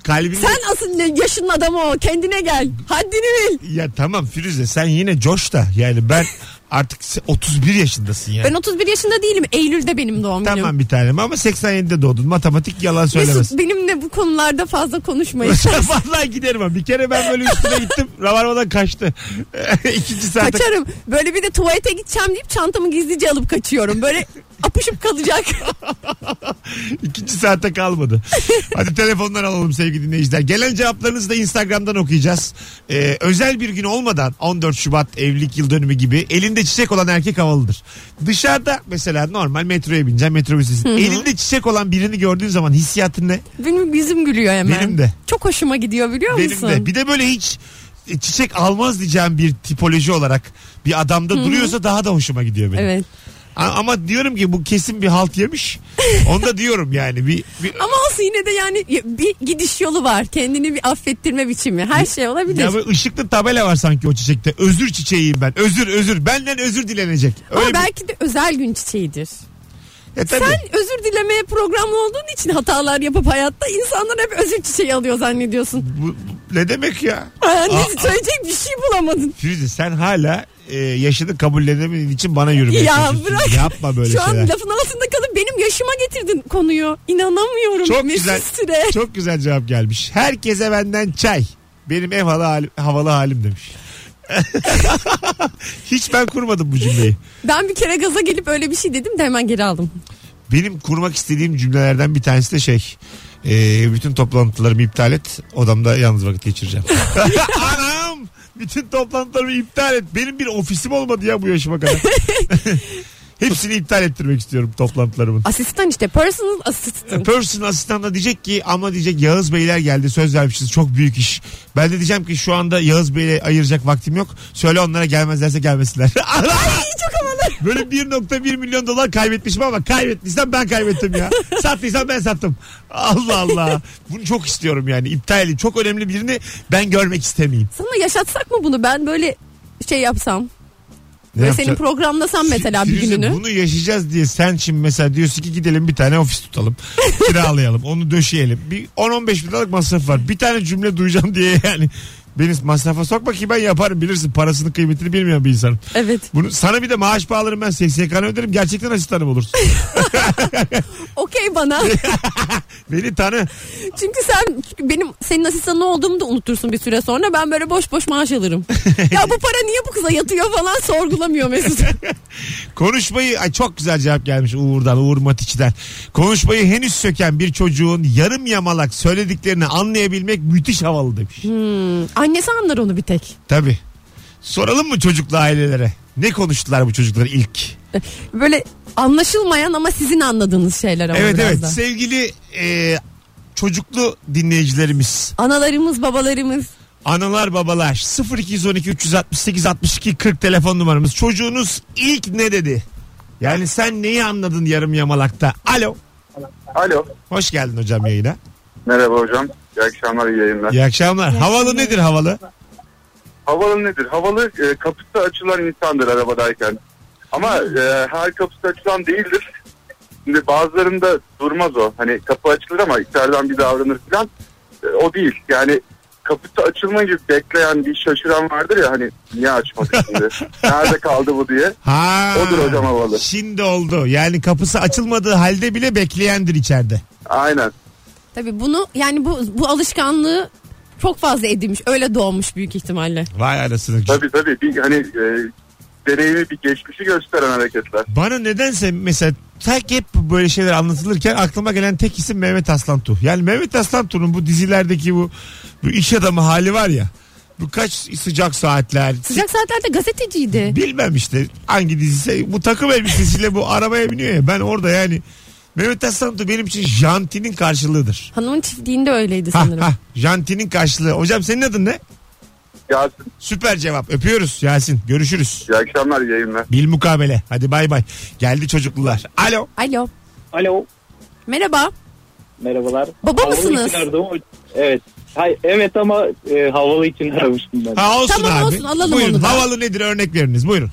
[SPEAKER 2] Kalbinde-
[SPEAKER 3] Sen asıl ne- yaşın adamı o. Kendine gel. Haddini bil.
[SPEAKER 2] Ya tamam Firuze sen yine coş da yani ben artık se- 31 yaşındasın yani.
[SPEAKER 3] Ben 31 yaşında değilim. Eylül'de benim doğum günüm.
[SPEAKER 2] Tamam bir tanem ama 87'de doğdun. Matematik yalan söylemez.
[SPEAKER 3] Mesut benimle bu konularda fazla konuşmayın.
[SPEAKER 2] Vallahi giderim ha. Bir kere ben böyle üstüne gittim. Ravarmadan kaçtı. İkinci saatte.
[SPEAKER 3] Kaçarım. Böyle bir de tuvalete gideceğim deyip çantamı gizlice alıp kaçıyorum. Böyle apışıp kalacak.
[SPEAKER 2] İkinci saatte kalmadı. Hadi telefondan alalım sevgili dinleyiciler. Gelen cevaplarınızı da Instagram'dan okuyacağız. Ee, özel bir gün olmadan 14 Şubat evlilik yıl dönümü gibi elinde çiçek olan erkek havalıdır. Dışarıda mesela normal metroya bineceğim metrobüsüsün. Elinde çiçek olan birini gördüğün zaman hissiyatın ne?
[SPEAKER 3] Benim yüzüm gülüyor hemen.
[SPEAKER 2] Benim de.
[SPEAKER 3] Çok hoşuma gidiyor biliyor
[SPEAKER 2] Benim
[SPEAKER 3] musun?
[SPEAKER 2] de. Bir de böyle hiç e, çiçek almaz diyeceğim bir tipoloji olarak bir adamda duruyorsa daha da hoşuma gidiyor benim.
[SPEAKER 3] Evet.
[SPEAKER 2] A- Ama diyorum ki bu kesin bir halt yemiş. Onu da diyorum yani bir, bir
[SPEAKER 3] Ama olsun yine de yani bir gidiş yolu var. Kendini bir affettirme biçimi. Her şey olabilir.
[SPEAKER 2] Ya böyle ışıklı tabela var sanki o çiçekte. Özür çiçeğiyim ben. Özür özür. Benden özür dilenecek. Öyle
[SPEAKER 3] Ama
[SPEAKER 2] bir-
[SPEAKER 3] belki de özel gün çiçeğidir.
[SPEAKER 2] E tabii.
[SPEAKER 3] Sen özür dilemeye programlı olduğun için hatalar yapıp hayatta insanlar hep özür çiçeği alıyor zannediyorsun.
[SPEAKER 2] Bu- bu ne demek ya?
[SPEAKER 3] Aa, ne söyleyecek bir şey bulamadın.
[SPEAKER 2] Firuze sen hala e, yaşını kabullenemediğin için bana yürümeye
[SPEAKER 3] Ya
[SPEAKER 2] çalışıyorsun.
[SPEAKER 3] bırak.
[SPEAKER 2] Yapma böyle
[SPEAKER 3] Şu an
[SPEAKER 2] şeyler.
[SPEAKER 3] lafın altında kalıp benim yaşıma getirdin konuyu. İnanamıyorum.
[SPEAKER 2] Çok
[SPEAKER 3] Mesut
[SPEAKER 2] güzel.
[SPEAKER 3] Süre.
[SPEAKER 2] Çok güzel cevap gelmiş. Herkese benden çay. Benim ev havalı, halim, havalı halim demiş. Hiç ben kurmadım bu cümleyi.
[SPEAKER 3] Ben bir kere gaza gelip öyle bir şey dedim de hemen geri aldım.
[SPEAKER 2] Benim kurmak istediğim cümlelerden bir tanesi de şey. e, bütün toplantılarımı iptal et. Odamda yalnız vakit geçireceğim. Anam! Bütün toplantılarımı iptal et. Benim bir ofisim olmadı ya bu yaşıma kadar. Hepsini iptal ettirmek istiyorum toplantılarımın.
[SPEAKER 3] Asistan işte personal assistant.
[SPEAKER 2] Person asistan E, da diyecek ki ama diyecek Yağız Beyler geldi söz vermişiz çok büyük iş. Ben de diyeceğim ki şu anda Yağız Bey'le ayıracak vaktim yok. Söyle onlara gelmezlerse gelmesinler.
[SPEAKER 3] Çok havalı.
[SPEAKER 2] Böyle 1.1 milyon dolar kaybetmişim ama kaybettiysem ben kaybettim ya. Sattıysam ben sattım. Allah Allah. Bunu çok istiyorum yani. İptal edeyim. Çok önemli birini ben görmek istemeyeyim.
[SPEAKER 3] Sana yaşatsak mı bunu? Ben böyle şey yapsam.
[SPEAKER 2] Ne
[SPEAKER 3] Böyle
[SPEAKER 2] yapacağız?
[SPEAKER 3] seni programlasam mesela bir
[SPEAKER 2] Firuze,
[SPEAKER 3] gününü.
[SPEAKER 2] Bunu yaşayacağız diye sen şimdi mesela diyorsun ki gidelim bir tane ofis tutalım. Kiralayalım. onu döşeyelim. Bir 10-15 bin liralık masraf var. Bir tane cümle duyacağım diye yani. Beni masrafa sokma ki ben yaparım bilirsin parasının kıymetini bilmeyen bir insanım.
[SPEAKER 3] Evet.
[SPEAKER 2] Bunu, sana bir de maaş bağlarım ben SSK'nı öderim gerçekten asistanım olursun.
[SPEAKER 3] Okey bana.
[SPEAKER 2] Beni tanı.
[SPEAKER 3] Çünkü sen çünkü benim senin asistanın olduğumu da unutursun bir süre sonra. Ben böyle boş boş maaş alırım. ya bu para niye bu kıza yatıyor falan sorgulamıyor Mesut.
[SPEAKER 2] Konuşmayı ay çok güzel cevap gelmiş Uğur'dan Uğur Matiç'ten. Konuşmayı henüz söken bir çocuğun yarım yamalak söylediklerini anlayabilmek müthiş havalı demiş.
[SPEAKER 3] Annesi anlar onu bir tek.
[SPEAKER 2] Tabii. Soralım mı çocuklu ailelere? Ne konuştular bu çocuklar ilk?
[SPEAKER 3] Böyle anlaşılmayan ama sizin anladığınız şeyler ama
[SPEAKER 2] evet
[SPEAKER 3] biraz
[SPEAKER 2] evet
[SPEAKER 3] da.
[SPEAKER 2] sevgili e, çocuklu dinleyicilerimiz
[SPEAKER 3] Analarımız babalarımız
[SPEAKER 2] Analar babalar 0212 368 62 40 telefon numaramız. Çocuğunuz ilk ne dedi? Yani sen neyi anladın yarım yamalakta? Alo.
[SPEAKER 9] Alo.
[SPEAKER 2] Hoş geldin hocam yayına.
[SPEAKER 9] Merhaba hocam. İyi akşamlar, iyi yayınlar.
[SPEAKER 2] İyi akşamlar. Havalı nedir havalı?
[SPEAKER 9] Havalı nedir? Havalı e, kapısı açılan insandır arabadayken. Ama e, her kapısı açılan değildir. Şimdi bazılarında durmaz o. Hani kapı açılır ama içeriden bir davranır falan. E, o değil. Yani kapısı açılma gibi bekleyen bir şaşıran vardır ya hani niye açmadı şimdi? Nerede kaldı bu diye.
[SPEAKER 2] Ha.
[SPEAKER 9] Odur hocam havalı.
[SPEAKER 2] Şimdi oldu. Yani kapısı açılmadığı halde bile bekleyendir içeride.
[SPEAKER 9] Aynen.
[SPEAKER 3] Tabii bunu yani bu bu alışkanlığı çok fazla edinmiş. Öyle doğmuş büyük ihtimalle.
[SPEAKER 2] Vay anasını.
[SPEAKER 9] Tabii tabii. Bir, hani e, deneyimi bir geçmişi gösteren hareketler.
[SPEAKER 2] Bana nedense mesela tek hep böyle şeyler anlatılırken aklıma gelen tek isim Mehmet Aslantu. Yani Mehmet Aslantu'nun bu dizilerdeki bu, bu iş adamı hali var ya. Bu kaç sıcak saatler.
[SPEAKER 3] Sıcak saatlerde gazeteciydi.
[SPEAKER 2] Bilmem işte hangi dizisi. Bu takım elbisesiyle bu arabaya biniyor ya. Ben orada yani Mehmet Aslantu benim için jantinin karşılığıdır.
[SPEAKER 3] Hanımın çiftliğinde öyleydi
[SPEAKER 2] Ha
[SPEAKER 3] sanırım.
[SPEAKER 2] ha jantinin karşılığı. Hocam senin adın ne?
[SPEAKER 9] Yasin,
[SPEAKER 2] Süper cevap. Öpüyoruz Yasin. Görüşürüz.
[SPEAKER 9] iyi akşamlar iyi yayınlar.
[SPEAKER 2] Bil mukabele. Hadi bay bay. Geldi çocuklular. Alo.
[SPEAKER 3] Alo.
[SPEAKER 5] Alo.
[SPEAKER 3] Merhaba.
[SPEAKER 5] Merhabalar.
[SPEAKER 3] Baba
[SPEAKER 5] Havalı
[SPEAKER 3] mısınız?
[SPEAKER 5] için aradım ama- Evet. Hayır, evet ama e, havalı için aramıştım ben.
[SPEAKER 2] Ha olsun
[SPEAKER 3] Tamam,
[SPEAKER 2] abi.
[SPEAKER 3] olsun. Alalım
[SPEAKER 2] Buyurun.
[SPEAKER 3] onu da.
[SPEAKER 2] Havalı nedir örnek veriniz. Buyurun.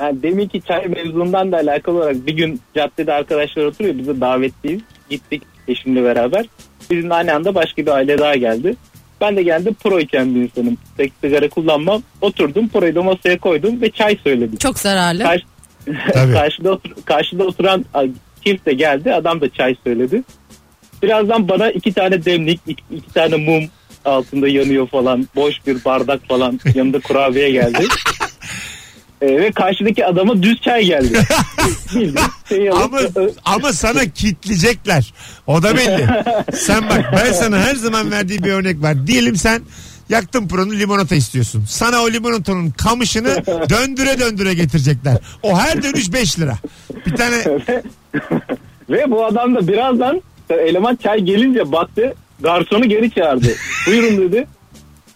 [SPEAKER 5] Yani demin ki çay mevzundan da alakalı olarak bir gün caddede arkadaşlar oturuyor. Biz de davetliyiz. Gittik eşimle beraber. Bizim de aynı anda başka bir aile daha geldi. Ben de geldim pro iken bir insanım. Tek sigara kullanmam. Oturdum proyu da masaya koydum ve çay söyledim.
[SPEAKER 3] Çok zararlı.
[SPEAKER 5] Karşı,
[SPEAKER 2] Tabii.
[SPEAKER 5] karşıda, otur- karşıda oturan kimse geldi. Adam da çay söyledi. Birazdan bana iki tane demlik, iki, iki tane mum altında yanıyor falan. Boş bir bardak falan. Yanında kurabiye geldi. Ee, ve karşıdaki adama düz çay geldi. Bildiğin şey şeyi alıp-
[SPEAKER 2] Ama ama sana kitleyecekler. O da belli. Sen bak ben sana her zaman verdiğim bir örnek var. Diyelim sen yaktın pırını limonata istiyorsun. Sana o limonatanın kamışını döndüre döndüre getirecekler. O her dönüş 5 lira. Bir tane
[SPEAKER 5] Ve bu adam da birazdan e, eleman çay gelince baktı. Garsonu geri çağırdı. Buyurun dedi.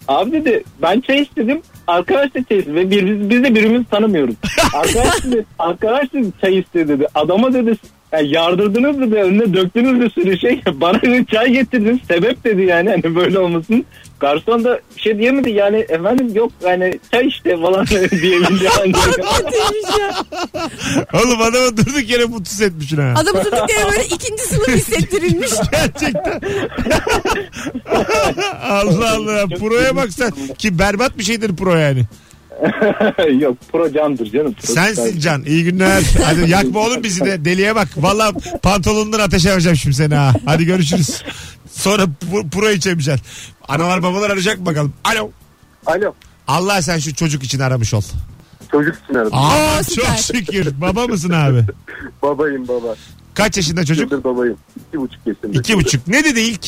[SPEAKER 5] Abi dedi ben çay istedim. Arkadaş da çay istedi. Ve bir, biz, biz de birbirimizi tanımıyoruz. Arkadaş dedi, arkadaş dedi çay istedi dedi. Adama dedi yani yardırdınız dedi önüne döktünüz bir sürü şey. Bana dedi, çay getirdiniz. Sebep dedi yani hani böyle olmasın. Garson da bir şey diyemedi yani efendim yok yani çay işte falan diyebildi. ancak.
[SPEAKER 3] Kötüymüş ya.
[SPEAKER 2] oğlum adamı durduk yere mutsuz etmişsin ha.
[SPEAKER 3] Adamı durduk yere böyle ikinci sınıf hissettirilmiş.
[SPEAKER 2] Gerçekten. Allah Allah. Pro'ya baksan ki berbat bir şeydir pro yani.
[SPEAKER 5] yok pro candır canım. Pro
[SPEAKER 2] Sensin Can. İyi günler. Hadi yakma oğlum bizi de. Deliye bak. Valla pantolonundan ateşe vereceğim şimdi seni ha. Hadi görüşürüz. Sonra pu- pro içemeyeceksin. Analar babalar arayacak mı bakalım? Alo.
[SPEAKER 9] Alo
[SPEAKER 2] Allah sen şu çocuk için aramış ol.
[SPEAKER 9] çocuk için aradım.
[SPEAKER 2] Aa, çok
[SPEAKER 3] süper.
[SPEAKER 2] şükür. Baba mısın abi?
[SPEAKER 9] Babayım baba.
[SPEAKER 2] Kaç yaşında çocuk?
[SPEAKER 9] Yıldır babayım. İki buçuk yaşında.
[SPEAKER 2] İki buçuk. Ne dedi ilk?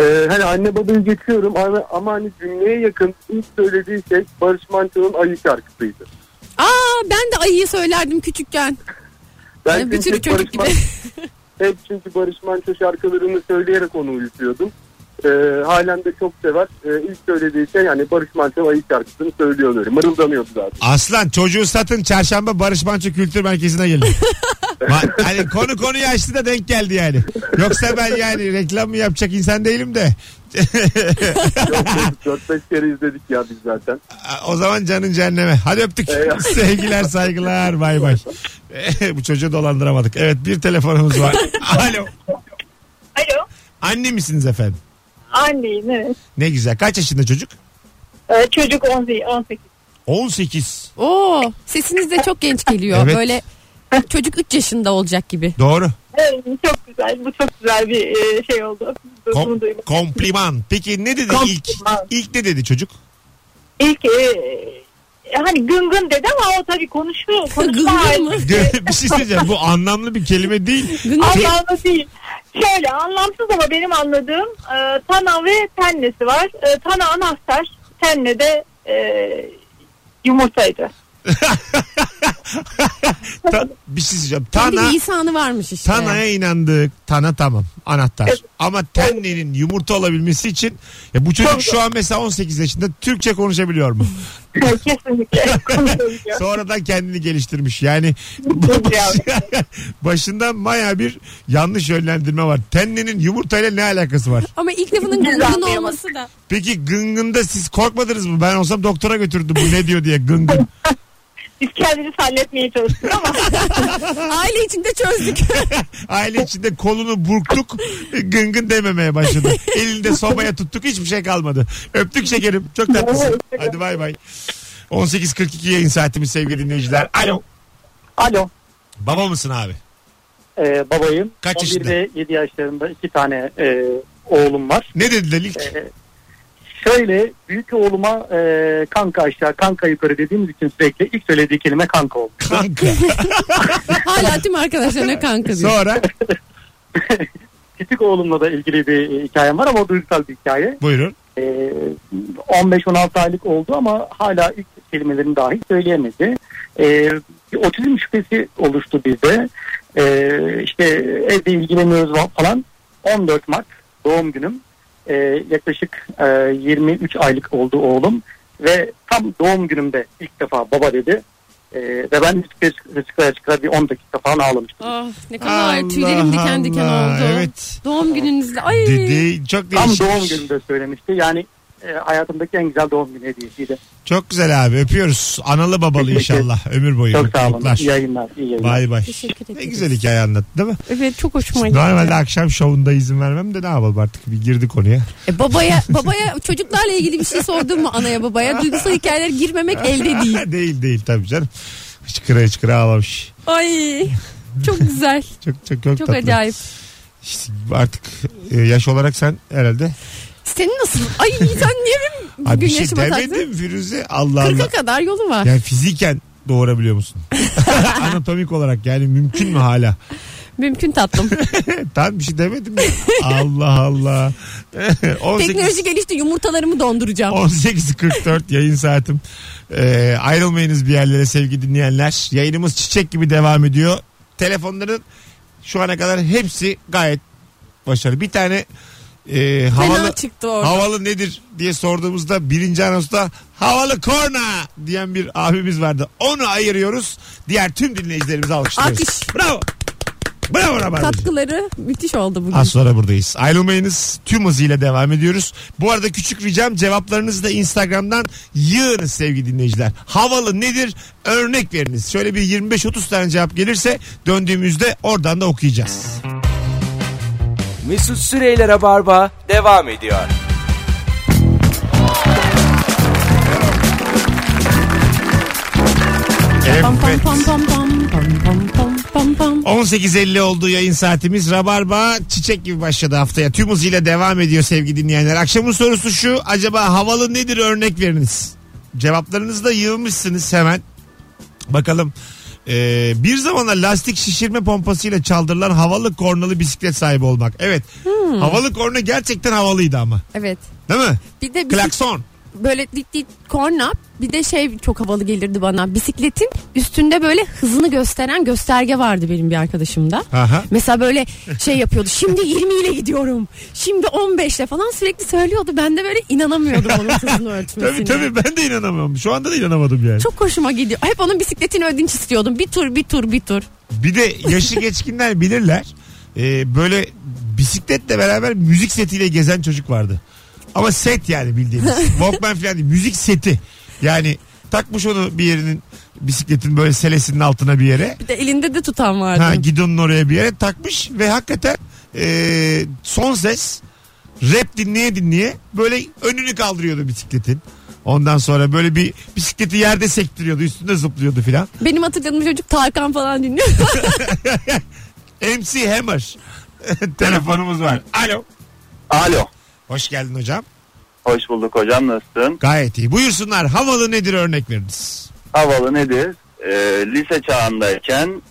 [SPEAKER 9] Ee, hani anne babayı geçiyorum ama, ama hani cümleye yakın ilk söylediği şey Barış Manço'nun Ayı şarkısıydı.
[SPEAKER 3] Aa ben de ayıyı söylerdim küçükken. Yani bir
[SPEAKER 9] çünkü
[SPEAKER 3] sürü
[SPEAKER 9] hep
[SPEAKER 3] çocuk gibi.
[SPEAKER 9] Barış Man- hep çünkü Barış Manço şarkılarını söyleyerek onu uyutuyordum. Ee, halen de çok sever. Ee, ilk söylediği şey yani Barış Manço Ayı şarkısını söylüyor öyle. Mırıldanıyordu zaten.
[SPEAKER 2] Aslan çocuğu satın çarşamba Barış Manço Kültür Merkezi'ne gelin. Ma- hani konu konuyu açtı da denk geldi yani. Yoksa ben yani reklam mı yapacak insan değilim de.
[SPEAKER 9] Çok- çok- 4-5 kere izledik ya biz zaten.
[SPEAKER 2] O zaman canın cehenneme. Hadi öptük.
[SPEAKER 9] Eyvallah.
[SPEAKER 2] Sevgiler saygılar bay bay. Bu çocuğu dolandıramadık. Evet bir telefonumuz var. Alo.
[SPEAKER 8] Alo.
[SPEAKER 2] Anne misiniz efendim?
[SPEAKER 8] Anneyim evet.
[SPEAKER 2] Ne güzel. Kaç yaşında çocuk?
[SPEAKER 8] Ee, çocuk 18. 18.
[SPEAKER 2] 18.
[SPEAKER 3] Oo sesiniz de çok genç geliyor.
[SPEAKER 2] Evet.
[SPEAKER 3] Böyle çocuk 3 yaşında olacak gibi.
[SPEAKER 2] Doğru.
[SPEAKER 8] Evet, çok güzel. Bu çok güzel bir e, şey oldu.
[SPEAKER 2] Kom-
[SPEAKER 8] Bunu duydum.
[SPEAKER 2] kompliman. Peki ne dedi ilk?
[SPEAKER 8] Kompliman.
[SPEAKER 2] İlk ne dedi çocuk?
[SPEAKER 8] İlk e, e, hani gın gın dedi ama o tabii konuşuyor.
[SPEAKER 3] Gıngın
[SPEAKER 8] Konuşma
[SPEAKER 3] mı?
[SPEAKER 8] hali.
[SPEAKER 2] bir şey söyleyeceğim. Bu anlamlı bir kelime değil.
[SPEAKER 3] Gıngın.
[SPEAKER 8] Anlamlı değil. Şöyle anlamsız ama benim anladığım e, Tana ve Tenne'si var. E, tana anahtar, Tenne de e, yumurtaydı.
[SPEAKER 2] Ta- bir şey söyleyeceğim.
[SPEAKER 3] Bir
[SPEAKER 2] Tana,
[SPEAKER 3] lisanı varmış işte.
[SPEAKER 2] Tana'ya inandık. Tana tamam. Anahtar. Ama tennenin yumurta olabilmesi için ya bu çocuk şu an mesela 18 yaşında Türkçe konuşabiliyor mu?
[SPEAKER 8] Kesinlikle. Konuşabiliyor.
[SPEAKER 2] Sonradan kendini geliştirmiş. Yani başından baya bir yanlış yönlendirme var. Tennenin yumurtayla ne alakası var?
[SPEAKER 3] Ama ilk lafının
[SPEAKER 8] Biz
[SPEAKER 3] gıngın
[SPEAKER 8] anlayamadık.
[SPEAKER 3] olması da.
[SPEAKER 2] Peki gıngında siz korkmadınız mı? Ben olsam doktora götürdüm bu ne diyor diye gıngın.
[SPEAKER 8] Biz kendimizi halletmeye çalıştık ama
[SPEAKER 3] Aile içinde çözdük.
[SPEAKER 2] Aile içinde kolunu burktuk gıngın dememeye başladı. Elinde sobaya tuttuk hiçbir şey kalmadı. Öptük şekerim çok tatlısın. Hadi bay bay. 18.42 yayın saatimiz sevgili dinleyiciler. Alo.
[SPEAKER 5] Alo.
[SPEAKER 2] Baba mısın abi?
[SPEAKER 6] e, babayım.
[SPEAKER 2] Kaç
[SPEAKER 6] 11
[SPEAKER 2] yaşında?
[SPEAKER 6] ve 7 yaşlarında iki tane e, oğlum var.
[SPEAKER 2] Ne dediler ilk?
[SPEAKER 6] E, şöyle büyük oğluma e, kanka aşağı kanka yukarı dediğimiz için sürekli ilk söylediği kelime kanka oldu.
[SPEAKER 2] Kanka.
[SPEAKER 3] Hala tüm arkadaşlarına kanka diyor.
[SPEAKER 2] Sonra
[SPEAKER 6] Küçük oğlumla da ilgili bir e, hikayem var ama o duygusal bir hikaye.
[SPEAKER 2] buyurun.
[SPEAKER 6] E, 15-16 aylık oldu ama hala ilk kelimelerini dahi söyleyemedi. E, bir otizm şüphesi oluştu bizde. E, işte evde ilgileniyoruz falan. 14 Mart doğum günüm. E, yaklaşık e, 23 aylık oldu oğlum. Ve tam doğum günümde ilk defa baba dedi. E, ve ben çıkara çıkara çıkara bir 10 dakika falan ağlamıştım.
[SPEAKER 3] Ah ne kadar
[SPEAKER 2] Allah
[SPEAKER 3] tüylerim diken diken
[SPEAKER 2] Allah,
[SPEAKER 3] oldu.
[SPEAKER 2] Evet.
[SPEAKER 3] Doğum gününüzde ay.
[SPEAKER 2] Dedi çok
[SPEAKER 6] Tam
[SPEAKER 2] değişik.
[SPEAKER 6] doğum günümde söylemişti. Yani e, hayatımdaki en güzel doğum günü hediyesiydi.
[SPEAKER 2] Çok güzel abi. Öpüyoruz. Analı babalı inşallah. Ömür boyu.
[SPEAKER 6] Çok sağ olun.
[SPEAKER 2] mutluluklar.
[SPEAKER 6] İyi yayınlar. iyi yayınlar.
[SPEAKER 2] Bay bay.
[SPEAKER 3] Teşekkür
[SPEAKER 2] Ne
[SPEAKER 3] ederiz.
[SPEAKER 2] güzel hikaye anlattı değil mi?
[SPEAKER 3] Evet çok hoşuma gitti.
[SPEAKER 2] Normalde akşam şovunda izin vermem de ne yapalım artık bir girdi konuya.
[SPEAKER 3] E, babaya babaya çocuklarla ilgili bir şey sordun mu anaya babaya? Duygusal hikayeler girmemek elde değil.
[SPEAKER 2] değil değil tabii canım. Hıçkıra hıçkıra ağlamış.
[SPEAKER 3] Ay çok güzel.
[SPEAKER 2] Çok çok çok,
[SPEAKER 3] Çok
[SPEAKER 2] tatlı.
[SPEAKER 3] acayip.
[SPEAKER 2] İşte artık e, yaş olarak sen herhalde.
[SPEAKER 3] Senin nasıl? Ay sen niye benim
[SPEAKER 2] Abi
[SPEAKER 3] bugün
[SPEAKER 2] bir şey
[SPEAKER 3] yaşıma
[SPEAKER 2] demedim
[SPEAKER 3] taktın?
[SPEAKER 2] Firuze. Allah Allah.
[SPEAKER 3] 40'a kadar yolu var.
[SPEAKER 2] Yani fiziken doğurabiliyor musun? Anatomik olarak yani mümkün mü hala?
[SPEAKER 3] Mümkün tatlım.
[SPEAKER 2] Tam bir şey demedim mi? Allah Allah. 18
[SPEAKER 3] Teknoloji gelişti yumurtalarımı donduracağım.
[SPEAKER 2] 18.44 yayın saatim. Ee, ayrılmayınız bir yerlere sevgili dinleyenler. Yayınımız çiçek gibi devam ediyor. Telefonların şu ana kadar hepsi gayet başarılı. Bir tane e, havalı
[SPEAKER 3] Fena çıktı orada.
[SPEAKER 2] havalı nedir diye sorduğumuzda birinci anosta havalı korna diyen bir abimiz vardı. Onu ayırıyoruz. Diğer tüm dinleyicilerimizi alkışlıyoruz.
[SPEAKER 3] Alkış.
[SPEAKER 2] Bravo. Bravo Rabarbacı.
[SPEAKER 3] Katkıları müthiş oldu bugün.
[SPEAKER 2] Az sonra buradayız. Ayrılmayınız. Tüm hızıyla devam ediyoruz. Bu arada küçük ricam cevaplarınızı da Instagram'dan yığınız sevgili dinleyiciler. Havalı nedir? Örnek veriniz. Şöyle bir 25-30 tane cevap gelirse döndüğümüzde oradan da okuyacağız.
[SPEAKER 1] Mesut Süreyler'e barba devam ediyor.
[SPEAKER 2] Evet.
[SPEAKER 3] Pam pam pam pam pam pam pam pam pam pam.
[SPEAKER 2] 18.50 olduğu yayın saatimiz Rabarba çiçek gibi başladı haftaya. Tüm hızıyla devam ediyor sevgili dinleyenler. Akşamın sorusu şu acaba havalı nedir örnek veriniz. Cevaplarınızı da yığmışsınız hemen. Bakalım Ee, bir zamana lastik şişirme pompasıyla çaldırılan havalı kornalı bisiklet sahibi olmak. Evet havalı korna gerçekten havalıydı ama
[SPEAKER 3] Evet.
[SPEAKER 2] değil mi?
[SPEAKER 3] Bir de bisiklet
[SPEAKER 2] Klakson.
[SPEAKER 3] böyle dik dik korna bir de şey çok havalı gelirdi bana. Bisikletin üstünde böyle hızını gösteren gösterge vardı benim bir arkadaşımda.
[SPEAKER 2] Aha.
[SPEAKER 3] Mesela böyle şey yapıyordu. Şimdi 20 ile gidiyorum. Şimdi 15 ile falan sürekli söylüyordu. Ben de böyle inanamıyordum onun hızını
[SPEAKER 2] Tabii
[SPEAKER 3] ölçmesine.
[SPEAKER 2] tabii ben de inanamam. Şu anda da inanamadım yani.
[SPEAKER 3] Çok hoşuma gidiyor. Hep onun bisikletini ödünç istiyordum. Bir tur bir tur bir tur.
[SPEAKER 2] Bir de yaşı geçkinler bilirler. Ee, böyle bisikletle beraber müzik setiyle gezen çocuk vardı. Ama set yani bildiğiniz. Walkman falan değil. Müzik seti. Yani takmış onu bir yerinin bisikletin böyle selesinin altına bir yere.
[SPEAKER 3] Bir de elinde de tutan vardı.
[SPEAKER 2] Ha, gidonun oraya bir yere takmış ve hakikaten ee, son ses rap dinleye dinleye böyle önünü kaldırıyordu bisikletin. Ondan sonra böyle bir bisikleti yerde sektiriyordu üstünde zıplıyordu filan.
[SPEAKER 3] Benim hatırladığım çocuk Tarkan falan dinliyor.
[SPEAKER 2] MC Hammer. Telefonumuz var. Alo.
[SPEAKER 9] Alo.
[SPEAKER 2] Hoş geldin hocam.
[SPEAKER 9] Hoş bulduk hocam nasılsın?
[SPEAKER 2] Gayet iyi. Buyursunlar. Havalı nedir örnek veriniz?
[SPEAKER 9] Havalı nedir? Ee, lise çağındayken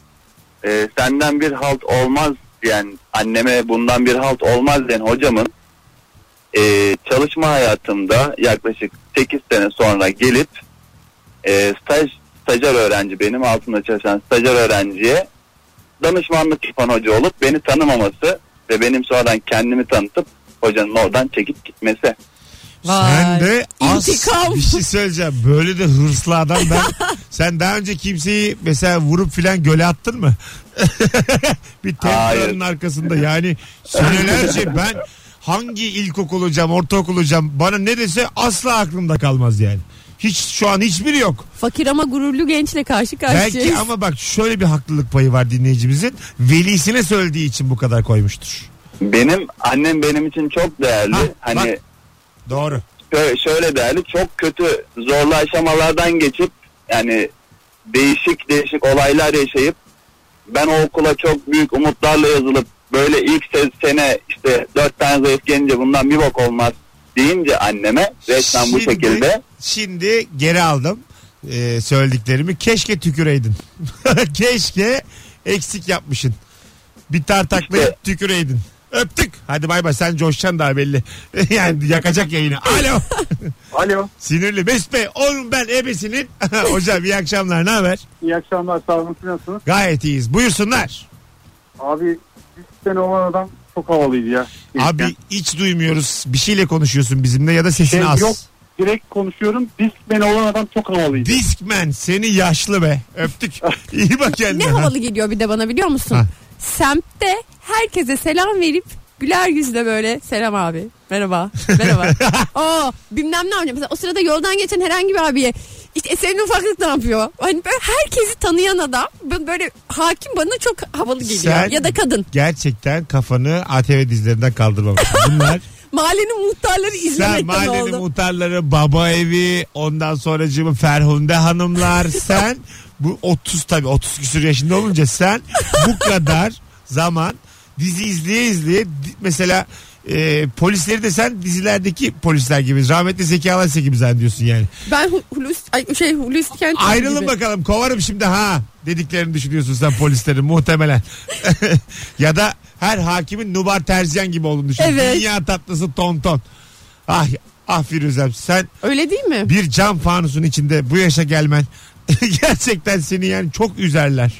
[SPEAKER 9] e, senden bir halt olmaz diyen anneme bundan bir halt olmaz diyen hocamın e, çalışma hayatımda yaklaşık 8 sene sonra gelip e, staj stajyer öğrenci benim altında çalışan stajyer öğrenciye danışmanlık yapan hoca olup beni tanımaması ve benim sonradan kendimi tanıtıp hocanın oradan çekip gitmesi.
[SPEAKER 3] Vay.
[SPEAKER 2] Sen de az
[SPEAKER 3] İntikam.
[SPEAKER 2] bir şey söyleyeceğim. Böyle de hırslı adam ben. sen daha önce kimseyi mesela vurup filan göle attın mı? bir tezgahın
[SPEAKER 9] Hayır.
[SPEAKER 2] arkasında yani senelerce ben hangi ilkokul hocam, ortaokul hocam bana ne dese asla aklımda kalmaz yani. Hiç şu an hiçbiri yok.
[SPEAKER 3] Fakir ama gururlu gençle karşı karşıyayız.
[SPEAKER 2] Belki ama bak şöyle bir haklılık payı var dinleyicimizin. Velisine söylediği için bu kadar koymuştur.
[SPEAKER 9] Benim annem benim için çok değerli.
[SPEAKER 2] Ha,
[SPEAKER 9] hani
[SPEAKER 2] bak. Doğru.
[SPEAKER 9] şöyle, şöyle değerli çok kötü zorlu aşamalardan geçip yani değişik değişik olaylar yaşayıp ben o okula çok büyük umutlarla yazılıp böyle ilk se- sene işte dört tane zayıf gelince bundan bir bok olmaz deyince anneme resmen bu
[SPEAKER 2] Şimdi-
[SPEAKER 9] şekilde
[SPEAKER 2] Şimdi geri aldım e, söylediklerimi. Keşke tüküreydin. Keşke eksik yapmışın. Bir tartaklayıp
[SPEAKER 9] İşte-
[SPEAKER 2] tüküreydin. Öptük. Hadi bay bay sen coşacaksın daha belli. yani yakacak yayını. Alo.
[SPEAKER 6] Alo.
[SPEAKER 2] Sinirli. Mesut Bey oğlum ben ebesinin. Hocam iyi akşamlar ne haber?
[SPEAKER 6] İyi akşamlar. Sağ olun. Siz Nasılsınız?
[SPEAKER 2] Gayet iyiyiz. Buyursunlar.
[SPEAKER 6] Abi bir sene olan adam çok havalıydı ya.
[SPEAKER 2] Abi hiç duymuyoruz. Bir şeyle konuşuyorsun bizimle ya da sesin
[SPEAKER 6] Şey,
[SPEAKER 2] az.
[SPEAKER 6] yok. Direkt konuşuyorum. Discman olan adam çok havalıydı.
[SPEAKER 2] Discman seni yaşlı be. Öptük. İyi bak kendine.
[SPEAKER 3] Ne havalı geliyor bir de bana biliyor musun?
[SPEAKER 2] Ha.
[SPEAKER 3] Semtte herkese selam verip güler yüzle böyle selam abi. Merhaba. Merhaba. Aa bilmem ne yapacağım. Mesela o sırada yoldan geçen herhangi bir abiye işte senin ufaklık ne yapıyor? Hani böyle herkesi tanıyan adam bö- böyle hakim bana çok havalı geliyor.
[SPEAKER 2] Sen-
[SPEAKER 3] Ya da kadın.
[SPEAKER 2] Gerçekten kafanı ATV dizlerinden kaldırmamışsın. Bunlar
[SPEAKER 3] Mahallenin muhtarları
[SPEAKER 2] sen
[SPEAKER 3] izlemekten
[SPEAKER 2] mahallenin
[SPEAKER 3] oldu.
[SPEAKER 2] muhtarları, baba evi, ondan sonracığım Ferhunde hanımlar. sen bu 30 tabii 30 küsur yaşında olunca sen bu kadar zaman dizi izleye izleye di- mesela e, polisleri de sen dizilerdeki polisler gibi rahmetli Zeki Alasya gibi zannediyorsun yani.
[SPEAKER 3] ben Hu- Hulusi, ay, şey, Hulusi Kent
[SPEAKER 2] Ayrılın
[SPEAKER 3] gibi.
[SPEAKER 2] bakalım kovarım şimdi ha dediklerini düşünüyorsun sen polislerin muhtemelen. ya da her hakimin Nubar Terziyen gibi olduğunu düşünüyorsun.
[SPEAKER 3] Evet.
[SPEAKER 2] Dünya tatlısı tonton. Ah, ah Firuzem sen
[SPEAKER 3] Öyle değil mi?
[SPEAKER 2] bir cam fanusun içinde bu yaşa gelmen gerçekten seni yani çok üzerler.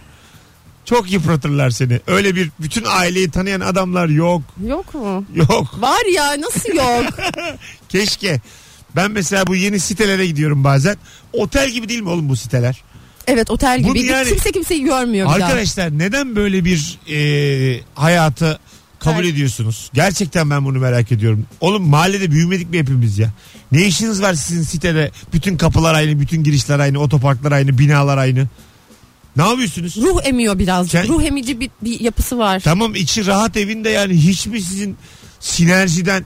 [SPEAKER 2] Çok yıpratırlar seni. Öyle bir bütün aileyi tanıyan adamlar yok.
[SPEAKER 3] Yok mu?
[SPEAKER 2] Yok.
[SPEAKER 3] Var ya nasıl yok?
[SPEAKER 2] Keşke. Ben mesela bu yeni sitelere gidiyorum bazen. Otel gibi değil mi oğlum bu siteler?
[SPEAKER 3] evet otel
[SPEAKER 2] Bunu
[SPEAKER 3] gibi.
[SPEAKER 2] yani-
[SPEAKER 3] Kimse kimseyi görmüyor bir daha.
[SPEAKER 2] Arkadaşlar neden böyle bir e, hayatı kabul
[SPEAKER 3] Hayır.
[SPEAKER 2] ediyorsunuz? Gerçekten ben bunu merak ediyorum. Oğlum mahallede büyümedik mi hepimiz ya? Ne işiniz var sizin sitede? Bütün kapılar aynı, bütün girişler aynı, otoparklar aynı, binalar aynı. Ne yapıyorsunuz?
[SPEAKER 3] Ruh emiyor biraz.
[SPEAKER 2] Sen-
[SPEAKER 3] Ruh emici bir, bir yapısı var.
[SPEAKER 2] Tamam içi rahat evinde yani hiçbir sizin sinerjiden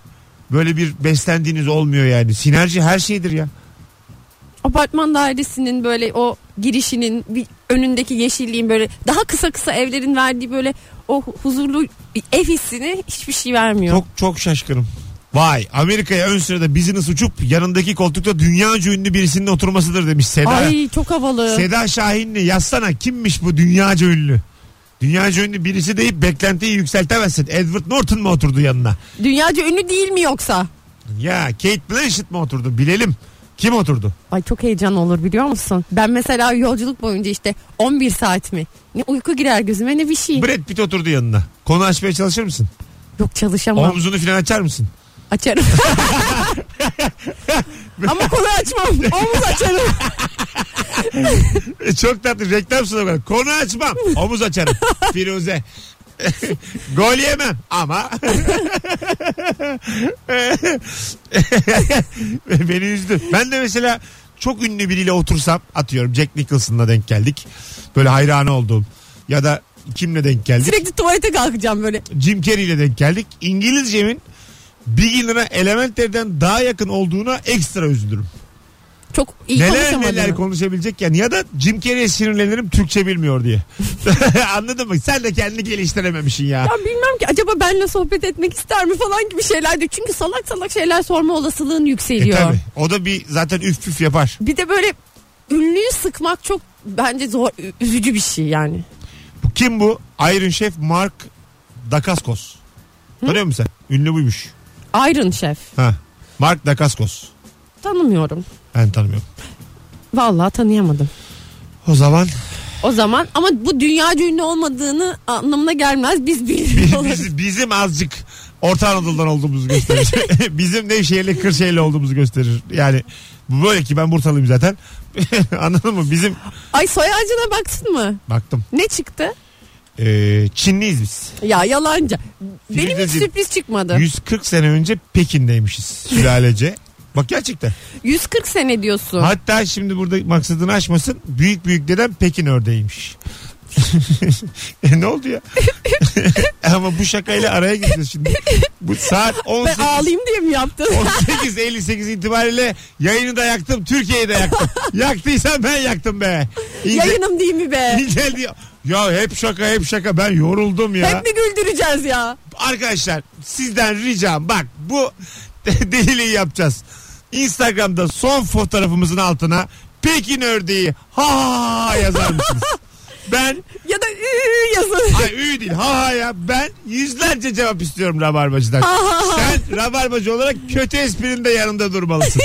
[SPEAKER 2] böyle bir beslendiğiniz olmuyor yani. Sinerji her şeydir ya.
[SPEAKER 3] Apartman dairesinin böyle o girişinin bir önündeki yeşilliğin böyle daha kısa kısa evlerin verdiği böyle o hu- huzurlu bir ev hissini hiçbir şey vermiyor.
[SPEAKER 2] Çok çok şaşkınım. Vay Amerika'ya ön sırada business uçup yanındaki koltukta dünyaca ünlü birisinin oturmasıdır demiş Seda.
[SPEAKER 3] Ay çok havalı.
[SPEAKER 2] Seda Şahin'le yazsana kimmiş bu dünyaca ünlü? Dünyaca ünlü birisi deyip beklentiyi yükseltemezsin. Edward Norton mu oturdu yanına?
[SPEAKER 3] Dünyaca ünlü değil mi yoksa?
[SPEAKER 2] Ya Kate Blanchett mi oturdu? Bilelim. Kim oturdu?
[SPEAKER 3] Ay çok heyecan olur biliyor musun? Ben mesela yolculuk boyunca işte 11 saat mi? Ne uyku girer gözüme ne bir şey.
[SPEAKER 2] Brad Pitt oturdu yanına. Konu açmaya çalışır mısın?
[SPEAKER 3] Yok çalışamam.
[SPEAKER 2] Omzunu falan açar mısın?
[SPEAKER 3] Açarım. Ama konu açmam. Omuz açarım.
[SPEAKER 2] E, Çok tatlı reklam sloganı. Konu açmam. Omuz açarım. Firuze. Gol yemem ama beni üzdü. Ben de mesela çok ünlü biriyle otursam atıyorum Jack Nicholson'la denk geldik. Böyle hayran olduğum ya da kimle denk geldik?
[SPEAKER 3] Sürekli tuvalete kalkacağım böyle.
[SPEAKER 2] Jim Carrey'le denk geldik. İngilizcemin beginner'a elementlerden daha yakın olduğuna ekstra üzülürüm
[SPEAKER 3] Çok iyi
[SPEAKER 2] neler
[SPEAKER 3] konuşamadığını.
[SPEAKER 2] neler konuşabilecekken ya da Jim Carrey'e sinirlenirim Türkçe bilmiyor diye. Anladın mı? Sen de kendini geliştirememişsin ya.
[SPEAKER 3] Ya bilmem ki acaba benle sohbet etmek ister mi falan gibi şeyler diyor. Çünkü salak salak şeyler sorma olasılığın
[SPEAKER 2] E
[SPEAKER 3] yükseliyor.
[SPEAKER 2] tabii. O da bir zaten üf püf yapar.
[SPEAKER 3] bir de böyle ünlüyü sıkmak çok bence zor ü- üzücü bir şey yani.
[SPEAKER 2] Bu kim bu? Iron Chef Mark Dacascos. Tanıyor musun sen? Ünlü buymuş.
[SPEAKER 3] Iron Chef.
[SPEAKER 2] Ha. Mark Dacascos.
[SPEAKER 3] Tanımıyorum.
[SPEAKER 2] Ben tanımıyorum.
[SPEAKER 3] Vallahi tanıyamadım.
[SPEAKER 2] O zaman
[SPEAKER 3] O zaman ama bu dünya ünlü olmadığını anlamına gelmez. Biz
[SPEAKER 2] biz-
[SPEAKER 3] biliyoruz.
[SPEAKER 2] biz- bizim azıcık Orta Anadolu'dan olduğumuzu gösterir. bizim Nevşehirli Kırşehirli olduğumuzu gösterir. Yani bu böyle ki ben Bursalıyım zaten. Anladın mı? Bizim
[SPEAKER 3] Ay soy ağacına baktın mı?
[SPEAKER 2] baktım.
[SPEAKER 3] Ne çıktı?
[SPEAKER 2] Ee, Çinliyiz biz.
[SPEAKER 3] Ya yalanca. Benim hiç
[SPEAKER 2] Filizeciğim,
[SPEAKER 3] sürpriz çıkmadı.
[SPEAKER 2] 140 sene önce Pekin'deymişiz sülalece. Bak gerçekten.
[SPEAKER 3] 140 sene diyorsun.
[SPEAKER 2] Hatta şimdi burada maksadını aşmasın. Büyük büyük dedem Pekin ördeğiymiş. e ne oldu ya? Ama bu şakayla araya gireceğiz şimdi. Bu saat
[SPEAKER 3] Ben
[SPEAKER 2] 18.
[SPEAKER 3] ağlayayım diye mi yaptın?
[SPEAKER 2] 18.58 itibariyle yayını da yaktım. Türkiye'yi de yaktım. Yaktıysan ben yaktım be. İncel,
[SPEAKER 3] Yayınım değil mi be?
[SPEAKER 2] İnceldi. Ya hep şaka hep şaka ben yoruldum ya.
[SPEAKER 3] Hep mi güldüreceğiz ya?
[SPEAKER 2] Arkadaşlar sizden ricam bak bu deliliği yapacağız. Instagram'da son fotoğrafımızın altına Pekin ördeği ha ha ha yazar mısınız? ben
[SPEAKER 3] Ya da ü yazın.
[SPEAKER 2] ay ü değil ha ha ya ben yüzlerce cevap istiyorum Rabarbacı'dan. Sen Rabarbacı olarak kötü esprinin de yanında durmalısın.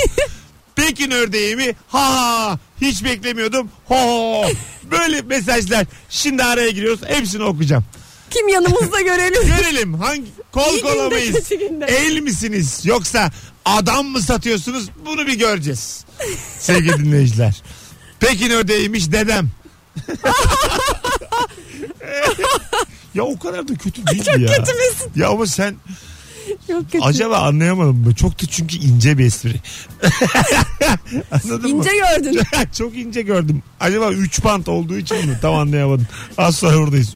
[SPEAKER 2] Pekin ördeği mi? Ha ha hiç beklemiyordum. Ho ho. Böyle mesajlar. Şimdi araya giriyoruz. Hepsini okuyacağım.
[SPEAKER 3] Kim yanımızda görelim.
[SPEAKER 2] Görelim hangi kol
[SPEAKER 3] İyi günde,
[SPEAKER 2] kola mıyız?
[SPEAKER 3] kötü günde.
[SPEAKER 2] El misiniz yoksa adam mı satıyorsunuz? Bunu bir göreceğiz. Sevgili dinleyiciler. Pekin ödeymiş dedem. ya o kadar da kötü değil
[SPEAKER 3] Çok
[SPEAKER 2] ya.
[SPEAKER 3] kötü Mesut.
[SPEAKER 2] Ya ama sen
[SPEAKER 3] Yok kötü.
[SPEAKER 2] acaba anlayamadım mı? Çok da çünkü ince bir espri. Anladın mı?
[SPEAKER 3] İnce gördün.
[SPEAKER 2] Çok ince gördüm. Acaba 3 pant olduğu için mi? Tam anlayamadım. Az sonra buradayız.